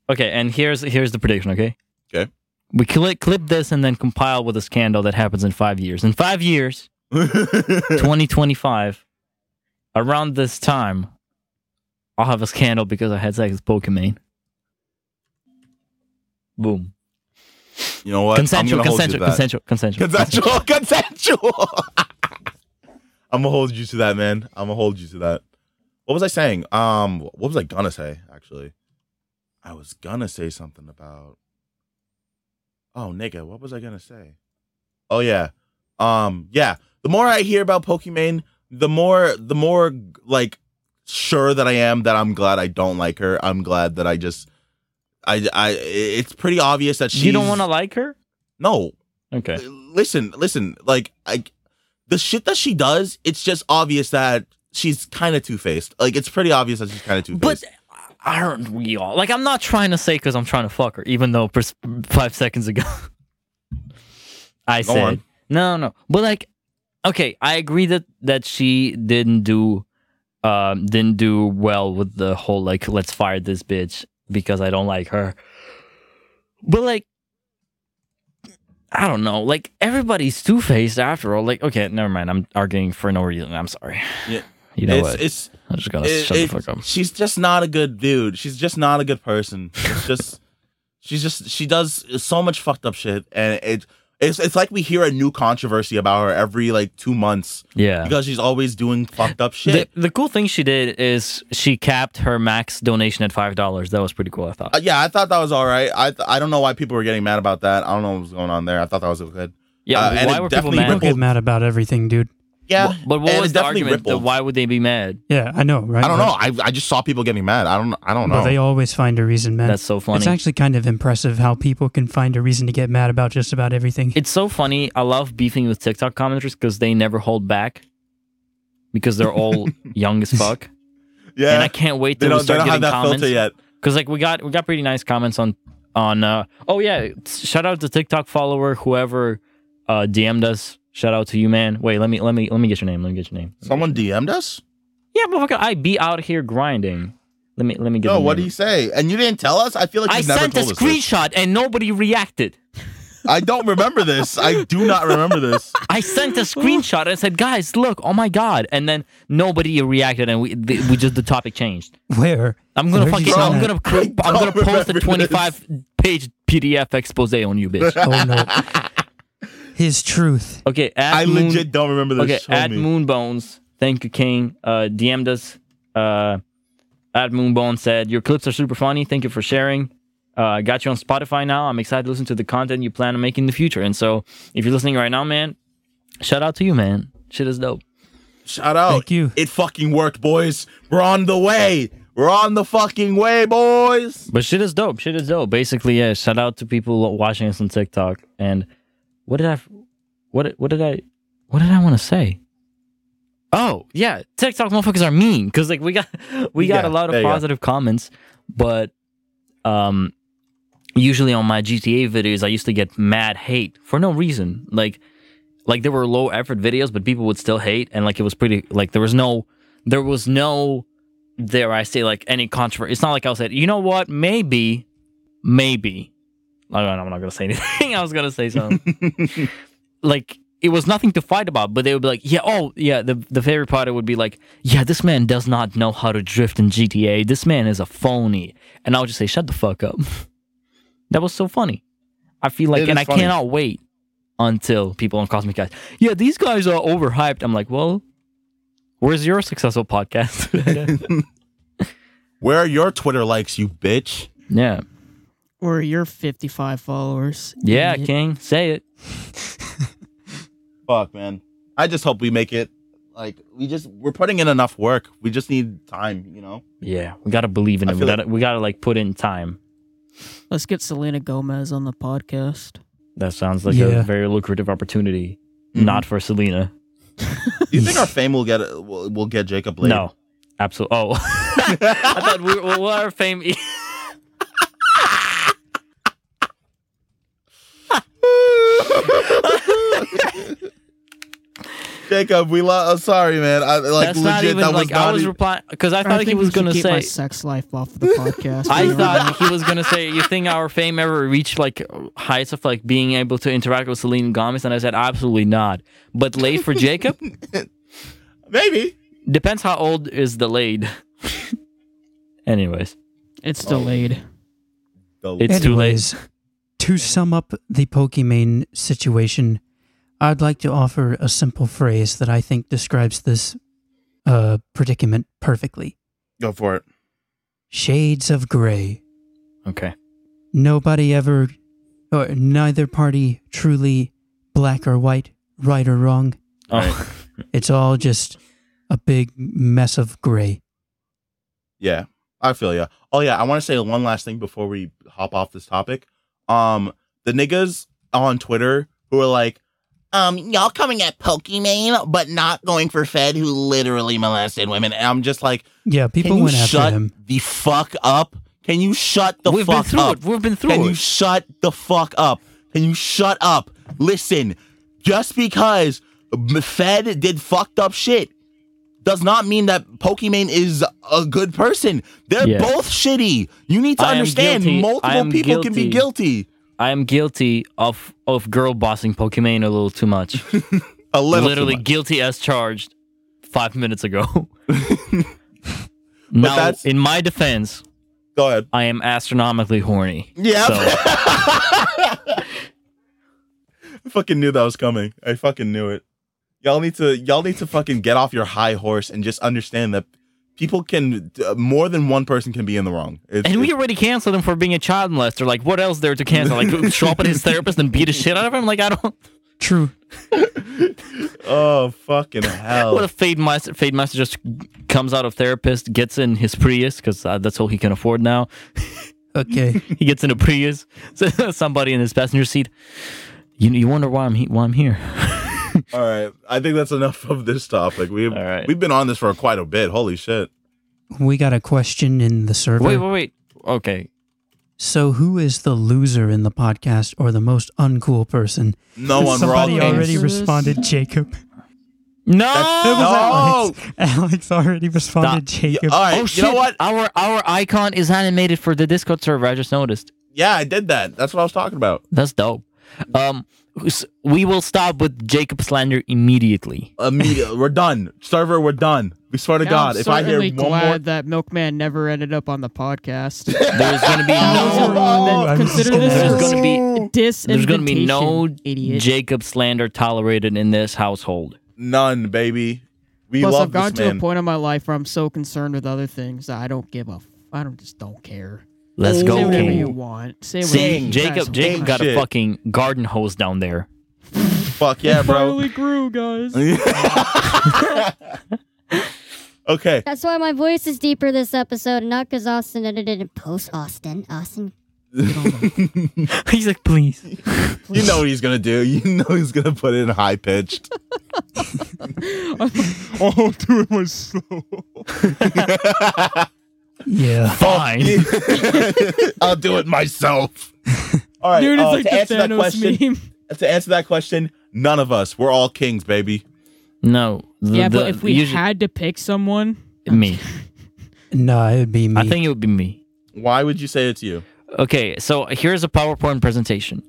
C: Okay, and here's here's the prediction. Okay.
B: Okay.
C: We clip clip this and then compile with a scandal that happens in five years. In five years, 2025, around this time, I'll have a scandal because I had sex with Pokemon. Boom.
B: you know what?
C: Consensual,
B: I'm gonna hold you to
C: consensual,
B: that.
C: consensual, consensual,
B: consensual, consensual. I'm gonna hold you to that, man. I'm gonna hold you to that. What was I saying? Um, what was I gonna say? Actually, I was gonna say something about. Oh, nigga, what was I gonna say? Oh yeah, um, yeah. The more I hear about Pokimane, the more, the more like sure that I am that I'm glad I don't like her. I'm glad that I just, I, I. It's pretty obvious that she's.
C: You don't want to like her?
B: No,
C: Okay.
B: listen, listen, like I the shit that she does, it's just obvious that she's kind of two-faced. Like it's pretty obvious that she's kind of
C: But
B: two-faced.
C: aren't we all? Like, I'm not trying to say because I'm trying to fuck her, even though pers- five seconds ago I
B: Go
C: said
B: on.
C: no, no. But like, okay, I agree that that she didn't do, um, didn't do well with the whole like, let's fire this bitch because I don't like her. But like, I don't know. Like everybody's two faced after all. Like, okay, never mind. I'm arguing for no reason. I'm sorry.
B: Yeah.
C: You know
B: it's,
C: what?
B: it's
C: I'm just gonna
B: it-
C: shut the
B: it-
C: fuck up.
B: she's just not a good dude. She's just not a good person. It's just she's just she does so much fucked up shit and it it's, it's like we hear a new controversy about her every like 2 months
C: Yeah.
B: because she's always doing fucked up shit.
C: The, the cool thing she did is she capped her max donation at five dollars. That was pretty cool. I thought.
B: Uh, yeah, I thought that was all right. I I don't know why people were getting mad about that. I don't know what was going on there. I thought that was good.
C: Yeah.
B: uh, and
C: why
B: it
C: were people
B: definitely
C: mad?
A: Don't get mad about everything, dude.
B: Yeah,
C: But
B: and
C: what
B: it
C: was the argument? that
B: rippled.
C: why would they be mad?
A: Yeah, I know, right?
B: I don't
A: Like,
B: know. I I just saw people getting mad. I don't I don't know.
A: But they always find a reason, man.
C: That's so funny.
A: It's actually kind of impressive how people can find a reason to get mad about just about everything.
C: It's so funny. I love beefing with TikTok commenters because they never hold back. Because they're all young as fuck,
B: yeah,
C: and I can't wait
B: they
C: till we
B: don't they
C: start
B: don't
C: getting
B: have that
C: comments.
B: filter yet.
C: Because like we got we got pretty nice comments on on. Uh, oh yeah, shout out to TikTok follower whoever uh, DM'd us. Shout out to you, man. Wait, let me let me let me get your name. Let me get your name.
B: Someone DM'd us.
C: Yeah, motherfucker, I be out here grinding. Let me let me get.
B: No,
C: the
B: what do
C: name.
B: you say? And you didn't tell us. I feel like
C: I
B: you've never
C: sent a
B: told us. this.
C: screenshot and nobody reacted.
B: I don't remember this. I do not remember this.
C: I sent a screenshot and said, "Guys, look! Oh my god!" And then nobody reacted, and we th- we just the topic changed.
A: Where?
C: I'm gonna
A: Where'd you
C: fucking
A: send
C: I'm
A: that?
C: gonna cr- I'm
B: don't
C: gonna post
B: remember
C: a
B: this.
C: 25 page PDF expose on you, bitch.
A: Oh no. His truth.
C: Okay, at
B: I
C: Moon-
B: legit don't remember
C: Okay,
B: this. Show
C: at
B: me.
C: Moonbones, thank you, King. Uh, DM'd us. Uh, at Moonbone said, Your clips are super funny. Thank you for sharing. Uh, got you on Spotify now. I'm excited to listen to the content you plan on making in the future. And so, if you're listening right now, man, shout out to you, man. Shit is dope.
B: Shout out.
A: Thank you.
B: It fucking worked, boys. We're on the way. We're on the fucking way, boys.
C: But shit is dope. Shit is dope. Basically, yeah. Shout out to people watching us on TikTok. And what did I, what what did I, what did I want to say?
B: Oh,
C: yeah, TikTok motherfuckers are mean because like we got we got
B: Yeah,
C: a lot
B: there
C: of
B: you go.
C: positive comments, but um, usually on my GTA videos, I used to get mad hate for no reason. Like, like there were low effort videos, but people would still hate, and like it was pretty like there was no there was no there I say like any controversy. It's not like I was said you know what maybe maybe I don't know, I'm not gonna say anything. I was gonna say something like it was nothing to fight about, but they would be like, yeah, oh yeah, the the favorite part would be like, yeah, this man does not know how to drift in GTA. This man is a phony, and I would just say, shut the fuck up. that was so funny. I feel like,
B: It
C: and
B: is
C: I
B: funny.
C: cannot wait until people on Cosmic Guys, yeah, these guys are overhyped. I'm like, well, where's your successful podcast?
B: where are your Twitter likes, you bitch?
C: yeah,
D: Or your 55 followers.
C: yeah,
D: idiot.
C: King, say it.
B: Fuck, man. I just hope we make it. Like we just we're putting in enough work. We just need time, you know.
C: Yeah, we gotta believe in
B: I
C: it. We
B: feel like-
C: gotta, we gotta like put in time.
D: Let's get Selena Gomez on the podcast.
C: That sounds like
A: Yeah.
C: a very lucrative opportunity.
B: Mhm.
C: Not for Selena.
B: Do you think our fame will get will, will get Jacob later?
C: No, absolutely. Oh, I thought we were, well, our fame. e-,
B: Jacob, we love. I'm sorry, man. I, like
C: that's
B: legit,
C: not even
B: that was
C: like
B: not e-,
C: I was
B: even-
C: replying because I thought
D: I
C: he
D: think
C: was
D: we should
C: gonna
D: keep my
C: say.
D: sex life off of the podcast.
C: I
D: Whatever.
C: thought he was gonna say, "You think our fame ever reached like heights of like being able to interact with Selena Gomez?" And I said, "Absolutely not." But late for Jacob
B: maybe.
C: depends how old is the laid. Anyways,
D: it's delayed.
C: Oh
B: The-
C: It's too late.
A: Anyways, To sum up the Pokimane situation, I'd like to offer a simple phrase that I think describes this uh, predicament perfectly.
B: Go for it.
A: Shades of gray.
C: okay,
A: Nobody ever, or neither party truly black or white, right or wrong.
C: oh,
B: Right.
A: It's all just a big mess of gray.
B: Yeah, I feel ya. Oh yeah, I want to say one last thing before we hop off this topic. Um, the niggas on Twitter who are like, um, y'all coming at Pokimane, but not going for Fed, who literally molested women. And I'm just like,
A: Yeah, people
B: can you
A: went after
B: shut
A: him.
B: the fuck up? Can you shut the
C: we've been
B: fuck
C: through
B: up?
C: it. We've been through
B: Can
C: it.
B: you shut the fuck up? Can you shut up? Listen, just because M- Fed did fucked up shit does not mean that Pokimane is a good person. They're
C: Yeah.
B: both shitty. You need to
C: I am
B: understand
C: guilty. I
B: multiple
C: am
B: people can be guilty.
C: I am guilty of of girl bossing Pokimane a little too much.
B: A little too
C: Literally
B: much.
C: guilty as charged five minutes ago. now,
B: that's-
C: in my defense,
B: Go ahead.
C: I am astronomically horny.
B: Yeah.
C: So,
B: I fucking knew that was coming. I fucking knew it. Y'all need to y'all need to fucking get off your high horse and just understand that people can uh, more than one person can be in the wrong. It's,
C: and we
B: it's-
C: already canceled him for being a child molester. Like, what else there to cancel? Like, show up at his therapist and beat the shit out of him? Like, I don't
A: True.
B: oh fucking hell.
C: What if Fade Meister, Fade Meister just comes out of therapist, gets in his Prius, because uh, that's all he can afford now.
A: Okay.
C: He gets in a Prius, somebody in his passenger seat. You, you wonder why I'm, he, why I'm here.
B: All right, I think that's enough of this topic. We've
C: All right.
B: we've been on this for quite a bit. Holy shit!
A: We got a question in the survey.
C: Wait, wait, wait. Okay.
A: So, who is the loser in the podcast or the most uncool person?
B: No one. we're all
A: Somebody
B: kings.
A: already
D: Answer this.
A: responded, Jacob.
C: No!
B: That's- no.
A: Alex already responded, Jacob.
B: All right.
C: Oh
B: you
C: shit!
B: know what?
C: Our our icon is animated for the Discord server. I just noticed.
B: Yeah, I did that. That's what I was talking about.
C: That's dope. Um, s- we will stop with Jacob slander immediately.
B: Immediately, we're done. Server, we're done. We swear to
D: Yeah,
B: God,
D: I'm
B: if I hear
D: certainly
B: one
D: glad
B: more,
D: that Milkman never ended up on the podcast.
C: There's gonna be
D: Those
C: no.
D: are all that-
C: Oh,
A: I'm
D: consider
A: sorry.
D: this
C: There's
D: a
C: gonna be
D: disinvitation.
C: there's gonna be no
D: idiot.
C: Jacob slander tolerated in this household.
B: none, baby. We
D: Plus,
B: love
D: I've gotten
B: this
D: to
B: man.
D: a point in my life where I'm so concerned with other things that I don't give a. F- I don't just don't care.
C: Let's
D: Say
C: go,
D: whatever you
C: King.
D: want. Say whatever
C: See,
D: you
C: Jacob.
D: guys
C: Jacob
D: want.
C: got a
B: Shit.
C: fucking garden hose down there.
B: Fuck yeah, bro.
D: Finally grew, guys.
B: okay.
E: That's why my voice is deeper this episode, not because Austin edited it post Austin. Austin.
C: He's like, please.
B: You know what he's gonna do. You know he's gonna put it in high pitched.
F: I'll do it myself.
A: Yeah.
B: Fine. I'll do it myself. All right.
D: Dude, it's
B: uh,
D: like
B: to
D: the
B: answer that
D: Thanos
B: question,
D: meme.
B: to answer that question, none of us. We're all kings, baby.
C: No. the-
D: Yeah, but
C: the-
D: if we
C: usually-
D: had to pick someone,
C: me,
A: Nah, it'd be me.
C: I think it would be me.
B: Why would you say it's you?
C: Okay, so here's a PowerPoint presentation.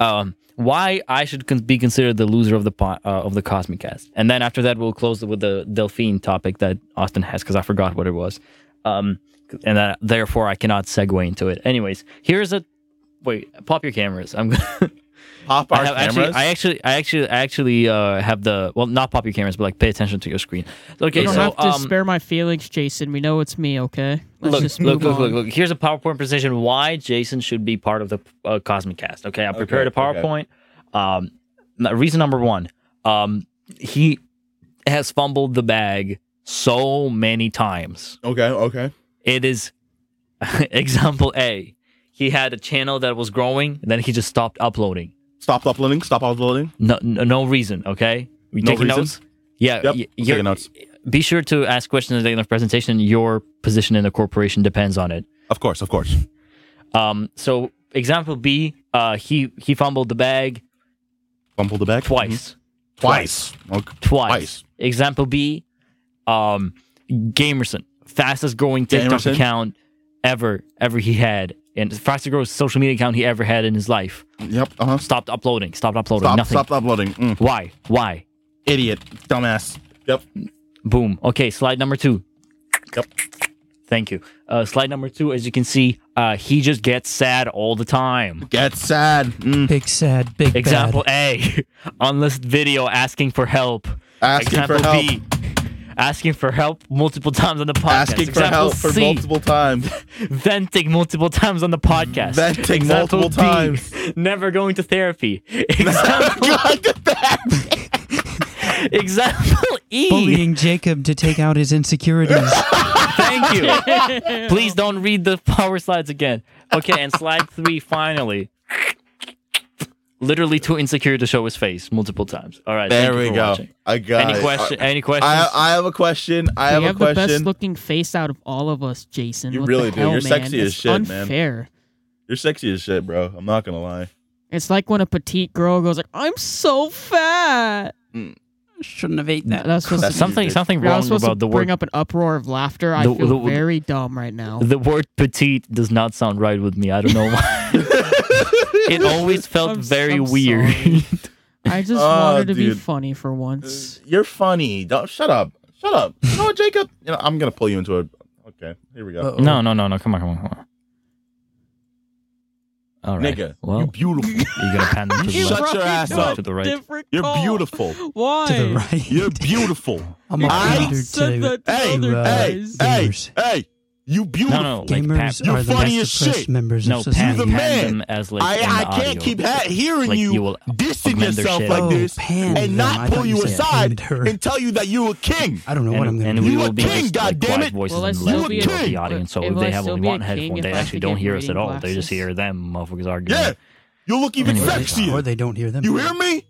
C: Um, why I should con- be considered the loser of the po- uh, of the Cosmic Cast, and then after that we'll close with the Delphine topic that Austin has because I forgot what it was, um, and that, therefore I cannot segue into it. Anyways, here's a wait. Pop your cameras. I'm. Gonna,
B: Pop our
C: I have actually,
B: cameras.
C: I actually, I actually, I actually uh, have the well, not pop your cameras, but like pay attention to your screen. Okay,
D: you don't
C: so
D: have to
C: um,
D: spare my feelings, Jason. We know it's me, okay? Let's
C: look,
D: just
C: look,
D: move
C: look,
D: on.
C: look, look. Here's a PowerPoint presentation why Jason should be part of the uh, Cosmic Cast. Okay, I prepared
B: Okay,
C: a
B: okay.
C: PowerPoint. Um, n- reason number one, um, he has fumbled the bag so many times.
B: okay. Okay.
C: It is example A. He had a channel that was growing, then he just stopped uploading.
B: Stop uploading. Stop uploading.
C: No, no, no reason. Okay, you
B: No
C: taking
B: reason?
C: notes? Yeah,
B: Yep.
C: Uh, y-
B: I'm
C: you're-
B: taking notes.
C: Be sure to ask questions at the end of the presentation. Your position in the corporation depends on it.
B: Of course. Of course.
C: Um, so example B, uh, he he fumbled the bag
B: Fumble the bag
C: twice,
B: Mhm. Twice. Okay.
C: twice.
B: Twice.
C: Example B, um, Gamerson, fastest growing TikTok
B: Gamerson?
C: account ever ever he had, and fastest growing social media account he ever had in his life.
B: Yep. Uh huh.
C: Stopped uploading, stopped uploading,
B: Stop.
C: nothing.
B: Stop uploading. Mm.
C: Why? Why?
B: Idiot. Dumbass. Yep.
C: Boom. Okay, slide number two.
B: Yep.
C: Thank you. Uh, slide number two, as you can see, uh, he just gets sad all the time.
B: Get sad. Mm.
A: big sad, big
C: Example E. A, unlisted video asking for help.
B: Asking
C: Example
B: for help.
C: B, asking for help multiple times on the podcast.
B: Asking for
C: Example
B: help for
C: C,
B: multiple times.
C: venting multiple times on the podcast.
B: Venting
C: Example
B: multiple
C: D,
B: times.
C: Never going to therapy. Example, example E.
A: bad. Bullying Jacob to take out his insecurities.
C: Thank you. Please don't read the power slides again. Okay, and slide three finally. Literally too insecure to show his face multiple times. All right. thank
B: There
C: you
B: we
C: for
B: go.
C: watching.
B: I got
C: Any
B: it.
C: question?
B: I,
C: Any questions?
B: I, I have a question. I
D: You
B: have,
D: have
B: a
D: the
B: question.
D: best looking face out of all of us, Jason.
B: You
D: What
B: really
D: the
B: do.
D: Hell,
B: You're
D: man?
B: sexy as
D: It's
B: shit, man.
D: unfair.
B: You're sexy as shit, bro. I'm not gonna lie.
D: It's like when a petite girl goes like, "I'm so fat."
A: Mm. Shouldn't have ate
D: That was supposed
B: That's
D: to,
C: something
B: dude.
C: something
D: yeah, I was
C: wrong
D: supposed to
C: about the
D: bring
C: word.
D: up an uproar of laughter. I
C: The-
D: feel
C: the-
D: very dumb right now.
C: The word petite does not sound right with me. I don't know why. it always felt
D: I'm s-
C: very
D: I'm
C: weird.
D: sorry. I just
B: Oh,
D: wanted to be
B: dude.
D: funny for once.
B: You're funny. Don't shut up. Shut up. You know what, Jacob? You know, I'm gonna pull you into a. Okay, here we go.
A: Uh-oh.
C: No, no, no, no. Come on, come on, come on. All right.
B: Nigga,
C: well,
B: you
C: you
B: beautiful.
C: are gonna pan them to the
B: Shut
C: left,
B: your ass up.
C: to the right.
D: Different
B: You're
D: call.
C: Oh.
B: beautiful.
D: Why?
A: to the right.
B: You're beautiful.
A: I'm a
B: I
A: pander
D: said
A: to
D: that to
B: Hey,
D: other
A: uh,
B: hey,
D: guys.
B: hey,
A: Gamers.
B: hey. You beautiful.
C: No, no, like
A: Gamers
C: pan-
B: You're
A: are the
B: funny
A: most
B: as
A: oppressed
B: shit.
A: members
C: No,
A: of
C: pan,
A: society.
B: the
C: pan
B: man.
C: them as like in
B: I,
C: the
B: I can't
C: audio.
B: keep ha- hearing
C: Like,
B: you,
C: you will
B: dissing
C: augment their
B: yourself
C: shit.
B: like
A: Oh,
B: this
A: pan
B: and
A: them. I
B: not pull
A: thought you
B: you
A: said
B: aside
A: panned her.
B: and tell you that you a king.
A: I don't know what I'm
C: and,
A: going
C: and
A: to
C: we
A: do.
B: You
C: will
B: a
C: be
B: king,
C: just like
B: goddammit!
C: quiet voices
D: Will I
C: and
D: still
C: less
B: be
C: people
B: a
C: in
D: king?
C: the audience. So
D: Will
C: if
D: I
C: they have
D: still
C: only
D: be a
C: one
D: king
C: headphone,
D: if
C: they
D: I have
C: actually
D: to get
C: don't hear us
D: reading
C: at all. They just
D: glasses?
C: hear them motherfuckers arguing.
B: Yeah, you look even
C: Anyway.
A: Or
B: sexier.
A: they don't hear them.
B: You hear me?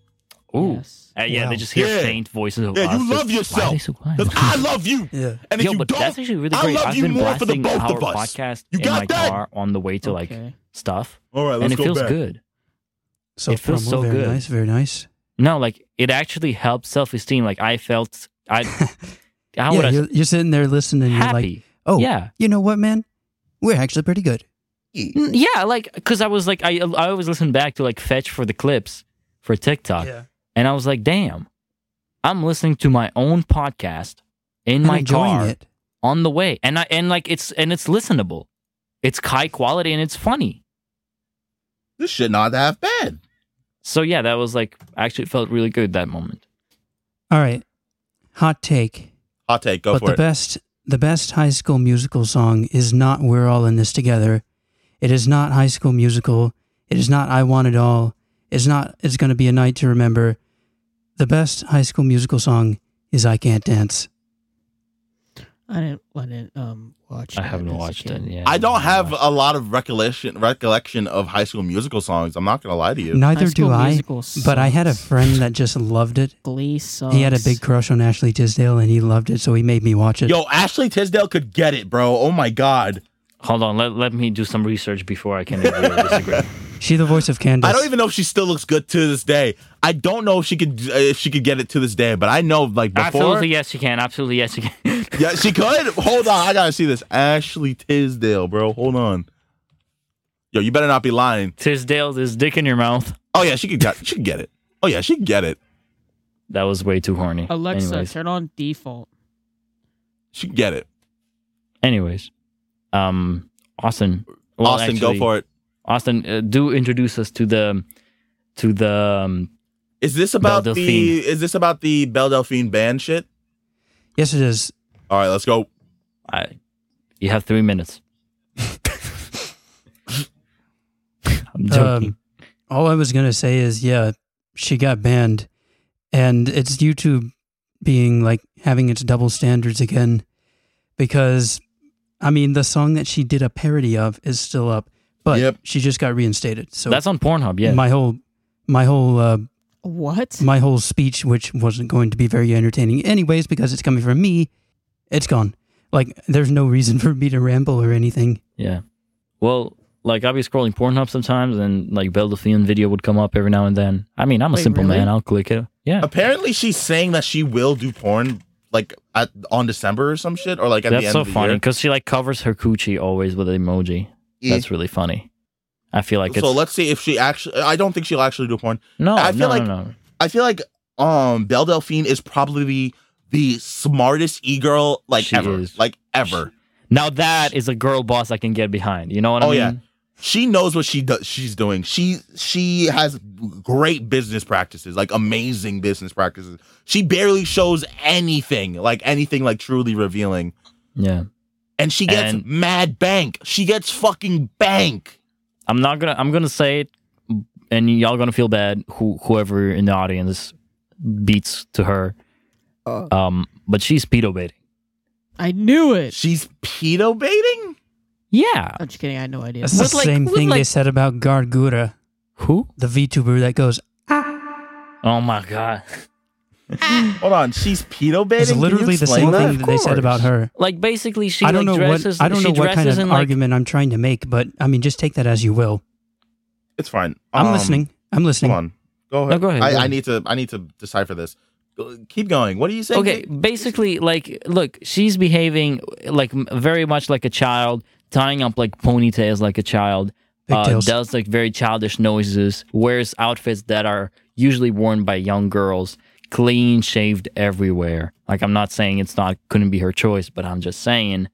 C: Ooh.
D: Yes.
C: Uh, yeah,
A: Wow.
C: they just hear
B: Yeah.
C: faint voices. Of
B: Yeah, you
C: us.
B: love
C: Why are they
B: yourself.
C: so quiet?
B: Because I love you.
A: Yeah.
B: And if
C: Yo,
B: you
C: but
B: don't,
C: that's actually really
B: I
C: great.
B: love
C: I've
B: you
C: been
B: more for the
C: blasting
B: both
C: our
B: of us.
C: podcast
B: You
C: in
B: got
C: my
B: that?
C: car on the way to like
D: Okay.
C: stuff,
B: All right,
C: and it feels good.
A: Self
C: feels so
A: very
C: good.
A: nice, very nice.
C: No, like it actually helps self-esteem. Like I felt, I how would
A: yeah,
C: I
A: you're, you're sitting there listening. and You're like,
C: happy?
A: oh,
C: yeah,
A: you know what, man? We're actually pretty good. E.
C: N- yeah. Like because I was like I I always listen back to like fetch for the clips for TikTok, and I was like, damn, I'm listening to my own podcast in
A: I'm
C: my
A: enjoying
C: car
A: it.
C: on the way, and I and like it's and it's listenable, it's high quality and it's funny.
B: This shit not that bad.
C: So yeah, that was like actually felt really good that moment.
A: All right, hot take.
B: I'll take. Go
A: but the
B: for it.
A: best, the best High School Musical song is not "We're All in This Together." It is not High School Musical. It is not "I Want It All." It's not. It's going to be a night to remember. The best High School Musical song is "I Can't Dance."
D: I didn't. I didn't um watch.
C: I
D: that
C: haven't
D: as a
C: watched
D: kid.
C: it. Yeah,
B: I don't
C: haven't
B: have
C: watched
B: a lot of recollection recollection of High School Musical songs. I'm not gonna lie to you.
D: High
A: Neither
D: School
A: do I.
D: Musical
A: But I had a
D: sucks.
A: friend that just loved it.
D: Glee sucks.
A: He had a big crush on Ashley Tisdale and he loved it, so he made me watch it.
B: Yo, Ashley Tisdale could get it, bro. Oh my god.
C: it. Hold on, let, let me do some research before I can agree or disagree.
A: She the voice of Candace.
B: I don't even know if she still looks good to this day. I don't know if she could uh, if she could get it to this day, but I know like before.
C: Absolutely yes, you can. Absolutely yes, you can.
B: Yeah, she could. Hold on, I gotta see this. Ashley Tisdale, bro. Hold on. Yo, you better not be lying.
C: Tisdale, this dick in your mouth.
B: Oh yeah, she could get she could get it. Oh yeah, she could get it.
C: That was way too horny.
D: Alexa,
C: Anyways.
D: turn on default.
B: She could get it.
C: Anyways, um, Austin. Well,
B: Austin, go
C: actually,
B: for it.
C: Austin, uh, do introduce us to the to the um,
B: Is this about
C: Belle
B: the
C: Delphine.
B: is this about the Belle Delphine band shit?
A: yes, it is.
B: All right, let's go.
C: I, you have three minutes. I'm joking.
A: Um, all I was gonna say is, yeah, she got banned, and it's YouTube being like having its double standards again, because I mean the song that she did a parody of is still up, but
B: Yep.
A: she just got reinstated. So
C: That's on Pornhub, yeah.
A: my whole, my whole, uh,
D: What?
A: my whole speech, which wasn't going to be very entertaining anyways, because it's coming from me, it's gone. Like there's no reason for me to ramble or anything.
C: yeah. Well, like I'll be scrolling Pornhub sometimes, and like Belle Delphine video would come up every now and then. I mean, I'm a
D: Wait,
C: simple
D: really?
C: man. I'll click it. Yeah,
B: Apparently, she's saying that she will do porn like at on December or some shit, or like at the
C: that's
B: end
C: so
B: of the
C: funny
B: year.
C: because she like covers her coochie always with an emoji.
B: Yeah.
C: That's really funny. I feel like it's
B: so let's see if she actually. I don't think she'll actually do porn.
C: no,
B: I feel
C: no,
B: like-
C: no, no.
B: I feel like um Belle Delphine is probably the smartest e girl like
C: She
B: ever,
C: is.
B: like ever.
C: Now that is a girl boss I can get behind. You know what I
B: Oh,
C: mean?
B: yeah. She knows what she does. She's doing. She she has great business practices, like amazing business practices. She barely shows anything, like anything, like truly revealing.
C: Yeah.
B: And she gets
C: And-
B: mad bank. She gets fucking bank.
C: I'm not gonna. I'm gonna say it, and y'all gonna feel bad. Who whoever in the audience beats to her, um, but she's pedo baiting.
D: I knew it.
B: She's pedo baiting.
C: Yeah.
D: I'm just kidding. I had no idea.
A: That's
C: With,
A: the
C: like-
A: same
C: with,
A: thing they
C: like-
A: said about Gargura.
C: Who?
A: the VTuber that goes,
C: Oh my god.
B: Hold on, she's pedo baiting.
A: it's literally the same thing that they said about her.
C: Like basically, she
A: I don't
C: like
A: know
C: dresses.
A: what I don't
C: she
A: know what kind
C: dresses
A: of
C: in, like-
A: argument I'm trying to make, but I mean, just take that as you will.
B: It's fine.
A: I'm
B: Um,
A: listening. I'm listening.
B: Come on, go ahead.
C: No, go ahead,
B: I,
C: go
B: I
C: ahead.
B: need to. I need to decipher this. Go- Keep going. What are you saying?
C: okay, basically, like look, she's behaving like m- very much like a child, tying up like ponytails like a child. Uh,
A: Pigtails.
C: does like very childish noises, wears outfits that are usually worn by young girls, clean shaved everywhere. Like I'm not saying it's not couldn't be her choice, but I'm just saying,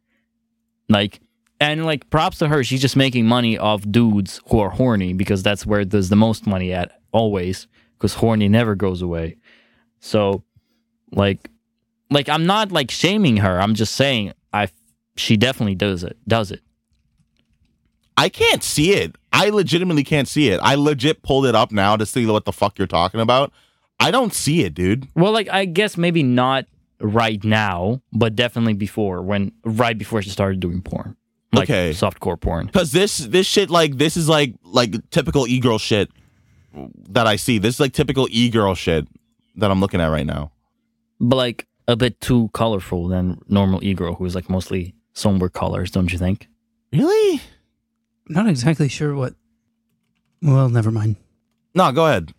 C: like, and like props to her, she's just making money off dudes who are horny because that's where there's the most money at always, because horny never goes away. So, like, like I'm not like shaming her. I'm just saying I she definitely does it. Does it?
B: I can't see it. I legitimately can't see it. I legit pulled it up now to see what the fuck you're talking about. I don't see it, dude.
C: Well, like I guess maybe not right now, but definitely before when right before she started doing porn. Like
B: Okay.
C: softcore porn.
B: Cause this this shit like this is like like typical e girl shit that I see. This is like typical e girl shit that I'm looking at right now.
C: But like a bit too colorful than normal e-girl who is like mostly somber colors, don't you think?
B: Really?
A: I'm not exactly sure what. Well, never mind.
B: No, go ahead.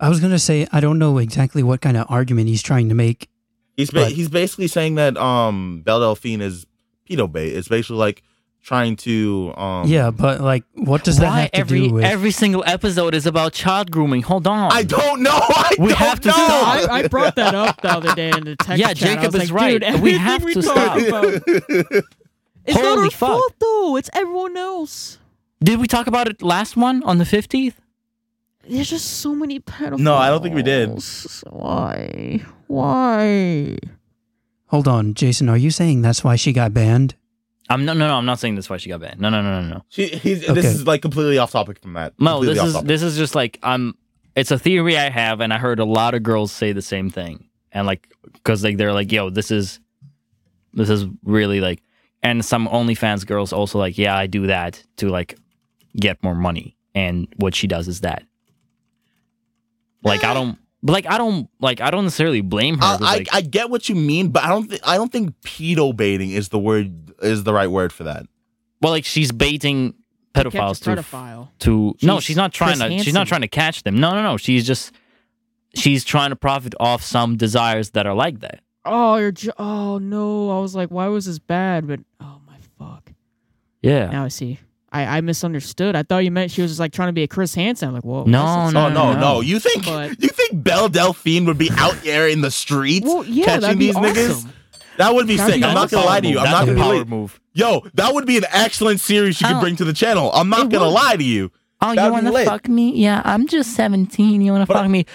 A: I was gonna say I don't know exactly what kind of argument he's trying to make.
B: He's ba-
A: Right.
B: he's basically saying that um Belle Delphine is pedo bait. It's basically like trying to um
A: yeah, but like, what does that
C: Why
A: have to
C: every
A: do with?
C: every single episode is about child grooming? Hold on.
B: I don't know. I
C: We
B: don't
C: have to
B: know.
D: No,
C: stop.
D: I, I brought that up the other day in the text.
C: Yeah,
D: chat. I
C: Jacob
D: was
C: is
D: like,
C: right.
D: Dude,
C: We
D: everything
C: have to
D: talk
C: stop.
D: about- It's not
C: Holy
D: our
C: fuck.
D: fault though. It's everyone else.
C: Did we talk about it last one on the 50th?
D: There's just so many pedophiles.
B: No, I don't think we did.
D: Why? Why?
A: Hold on, Jason. Are you saying that's why she got banned?
C: I'm no no no, I'm not saying that's why she got banned. No no no no no.
B: She, he's,
A: Okay.
B: This is like completely off topic from that.
C: No,
B: Completely
C: this
B: off
C: is
B: topic.
C: this is just like I'm. It's a theory I have, and I heard a lot of girls say the same thing, and like because like they're like, "Yo, this is This is really like, and some OnlyFans girls also like, yeah, I do that to like get more money. And what she does is that. Like I don't, like I don't, like I don't necessarily blame her.
B: I,
C: 'cause,
B: Eh. Uh, I,
C: like,
B: I get what you mean, but I don't think I don't think pedo baiting is the word is the right word for that.
C: well, like she's baiting
D: Catch a
C: pedophiles to
D: pedophile.
C: to no
D: She's
C: she's not trying
D: Chris
C: to she's
D: Hansen.
C: not trying to catch them no no no she's just she's trying to profit off some desires that are like that
D: Oh, you're. Ju- oh no! I was like, why was this bad? But oh my fuck!
C: yeah
D: Now I see. I, I misunderstood. I thought you meant she was just like trying to be a Chris Hansen. I'm like, whoa.
C: No,
D: that's-
B: Oh no,
C: no.
B: no. You think
D: But-
B: you think Belle Delphine would be out there in the streets
D: Well, yeah,
B: catching
D: that'd be
B: these niggas?
D: awesome.
B: That would be
D: That'd
B: sick.
D: be
B: I'm not
C: That's a
B: gonna
C: power
B: lie to you.
C: move.
B: I'm
C: That's
B: not
C: a
B: gonna
C: power
B: lie-
C: move
B: Yo, that would be an excellent series you
C: Oh.
B: could bring to the channel. I'm not
C: It
B: gonna
C: would.
B: lie to you.
C: oh
B: That'd
C: you
B: be
C: want to
B: lit.
C: fuck me yeah i'm just 17 you want to
B: But-
C: fuck me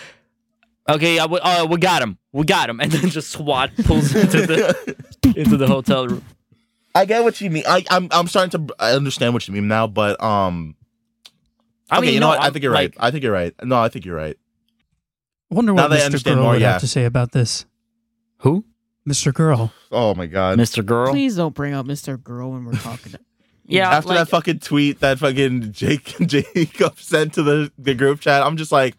C: okay I w- uh, we got him we got him and then just swat pulls into the into the hotel room
B: I get what you mean. I, I'm I'm starting to I understand what you mean now, but um.
C: I
B: okay,
C: mean,
B: you know
C: no,
B: what? I
C: I'm,
B: think you're right.
C: like-
B: I think you're right. No, I think you're right.
A: Wonder
B: Now
A: what
B: they
A: Mr.
B: understand
A: Girl
B: more,
A: would
B: yeah.
A: have to say about this.
C: who
A: Mr. Girl.
B: Oh my god.
C: mr girl
D: Please don't bring up Mr. Girl when we're talking. to-
C: yeah
B: After that
C: like,
B: fucking tweet that fucking Jake Jacob sent to the, the group chat, I'm just like,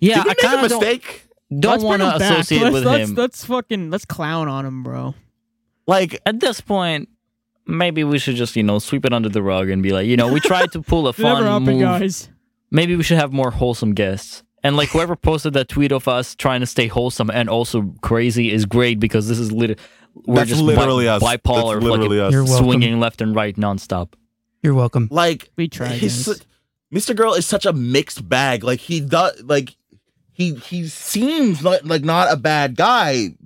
C: yeah
B: did we
C: i
B: make a
C: kind of don't,
B: mistake?
C: don't
D: Let's bring
C: want to
D: him back.
C: associate
D: let's,
C: with
D: let's,
C: him
D: Let's fucking let's clown on him, bro.
B: Like,
C: at this point, maybe we should just you know sweep it under the rug and be like, you know, we tried to pull a
D: Never
C: fun
D: happen,
C: move.
D: guys.
C: Maybe we should have more wholesome guests. And like whoever posted that tweet of us trying to stay wholesome and also crazy is great because this is lit. We're
B: that's
C: just bi-
B: literally us.
C: bipolar,
B: That's literally us.
A: You're
C: fucking
A: welcome.
C: swinging left and right nonstop.
A: You're welcome.
B: Like,
D: We tried.
B: he's
D: guys.
B: su- Mr. Girl is such a mixed bag. Like he does, like he he seems like like not a bad guy.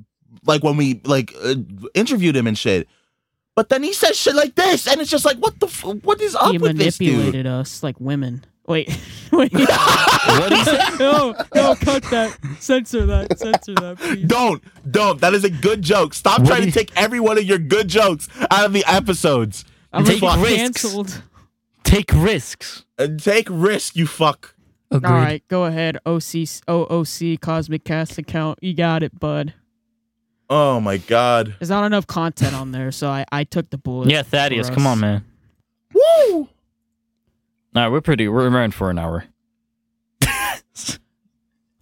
B: Like when we like uh, interviewed him and shit, but then he says shit like this, and it's just like, what the f- what is up
D: He
B: with this dude?
D: manipulated us like women. Wait, wait.
C: What do you say?
D: no, no, cut that. Censor that. Censor that. Please.
B: Don't, don't. That is a good joke. Stop
C: What
B: trying
C: do
B: to
C: you-
B: take every one of your good jokes out of the episodes.
D: I'm
C: Take
D: gonna get
C: risks.
D: canceled.
C: Take risks.
B: And Uh, take risk, you fuck.
A: Agreed.
D: All right, go ahead. OC OOC Cosmic Cast account. You got it, bud.
B: Oh my god.
D: There's not enough content on there, so I, I took the bullet.
C: Yeah, Thaddeus,
D: for
C: come
D: us.
C: on, man.
B: Woo!
C: All right, we're pretty. We're in for an hour.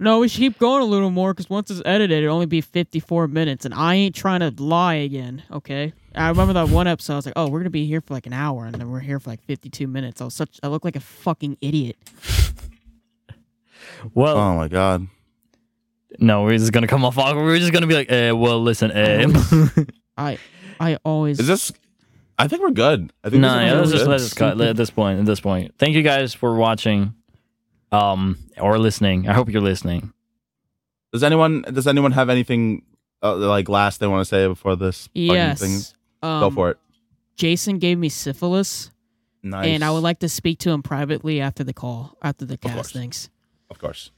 D: No, we should keep going a little more because once it's edited, it'll only be 54 minutes, and I ain't trying to lie again. Okay. I remember that one episode. I was like, "Oh, we're gonna be here for like an hour," and then we're here for like 52 minutes. I was such. I look like a fucking idiot.
C: Well,
B: Oh my god.
C: no, we're just gonna come off awkward. We're just gonna be like, eh, well, listen, eh.
D: I I always.
B: Is this? I think we're good. I think
C: No, yeah, let's
B: this is
C: just
B: good.
C: let's just cut at this point. At this point, thank you guys for watching, um, or listening. I hope you're listening.
B: Does anyone does anyone have anything uh, like last they want to say before this? fucking Thing?
D: yes. Um,
B: Go for it.
D: Jason gave me syphilis,
B: Nice.
D: and I would like to speak to him privately after the call, after the
B: course.
D: cast. Thanks.
B: Of course.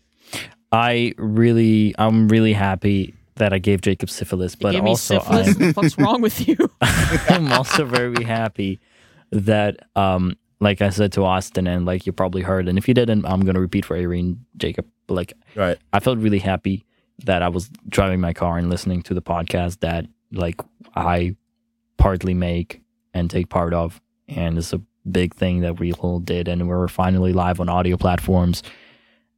C: I really, I'm really happy that I gave Jacob syphilis,
D: He
C: but
D: gave me
C: also
D: syphilis.
C: I'm,
D: the fuck's wrong with you?
C: I'm also very happy that, um, like I said to Austin, and like you probably heard, and if you didn't, I'm gonna repeat for Irene, Jacob. Like
B: Right.
C: I felt really happy that I was driving my car and listening to the podcast that like I partly make and take part of. And it's a big thing that we all did and we were finally live on audio platforms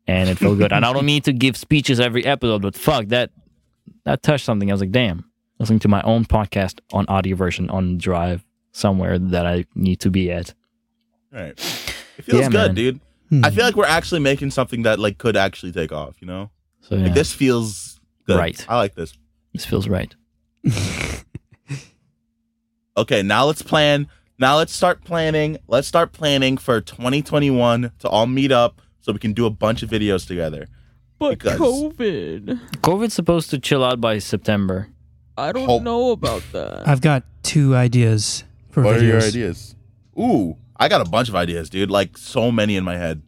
C: and it felt good. and I don't need to give speeches every episode, but fuck that that touched something. I was like, damn, listening to my own podcast on audio version on drive somewhere that I need to be at.
B: Right. It feels
C: Yeah,
B: good,
C: man.
B: dude.
A: Hmm.
B: I feel like we're actually making something that like could actually take off. You know,
C: So yeah,
B: like
C: this-,
B: this feels good.
C: Right.
B: I like this.
C: feels right.
B: okay, now let's plan. Now let's start planning. Let's start planning for 2021 to all meet up so we can do a bunch of videos together.
D: But
B: Because-
D: COVID.
C: COVID's supposed to chill out by September.
D: I don't
B: Hope-
D: know about that.
A: I've got two ideas for videos.
B: ideas? Ooh, I got a bunch of ideas, dude. Like so many in my head.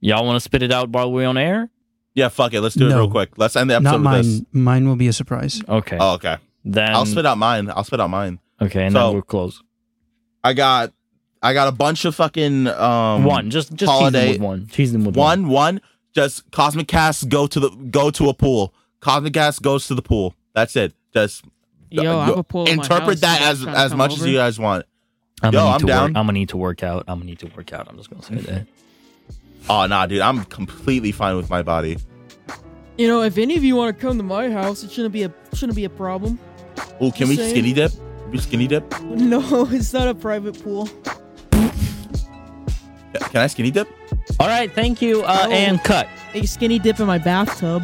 C: Y'all want to spit it out while we're on air?
B: Yeah, fuck it. Let's do it
A: No.
B: real quick. Let's end the episode
A: Not
B: with
A: mine.
B: this.
A: Mine will be a surprise.
C: Okay.
B: Oh, okay.
C: then
B: I'll spit out mine. I'll spit out mine.
C: Okay, and
B: So-
C: then we're close.
B: I got I got a bunch of fucking um
C: one, just just
B: holiday-
C: tease them with one. Tease them with one.
B: one one just cosmic cast go to the go to a pool. Cosmic cast goes to the pool. That's it. Just
D: Yo, I'm a pull. up my house
B: interpret that
D: and
B: as
D: try to
B: as
D: come
B: much
D: over.
B: as you guys want.
C: I'm
B: Yo,
C: gonna need
B: I'm
C: to
B: down.
C: Work, I'm gonna need to work out. I'm gonna need to work out. I'm just gonna say that.
B: Oh nah, dude, I'm completely fine with my body.
D: You know, if any of you want to come to my house, it shouldn't be a shouldn't be a problem.
B: Ooh, can we
D: Same.
B: skinny dip? Can we skinny dip?
D: No, it's not a private pool.
B: Can I skinny dip?
C: All right, thank you, uh,
D: Oh.
C: and cut.
D: A skinny dip in my bathtub.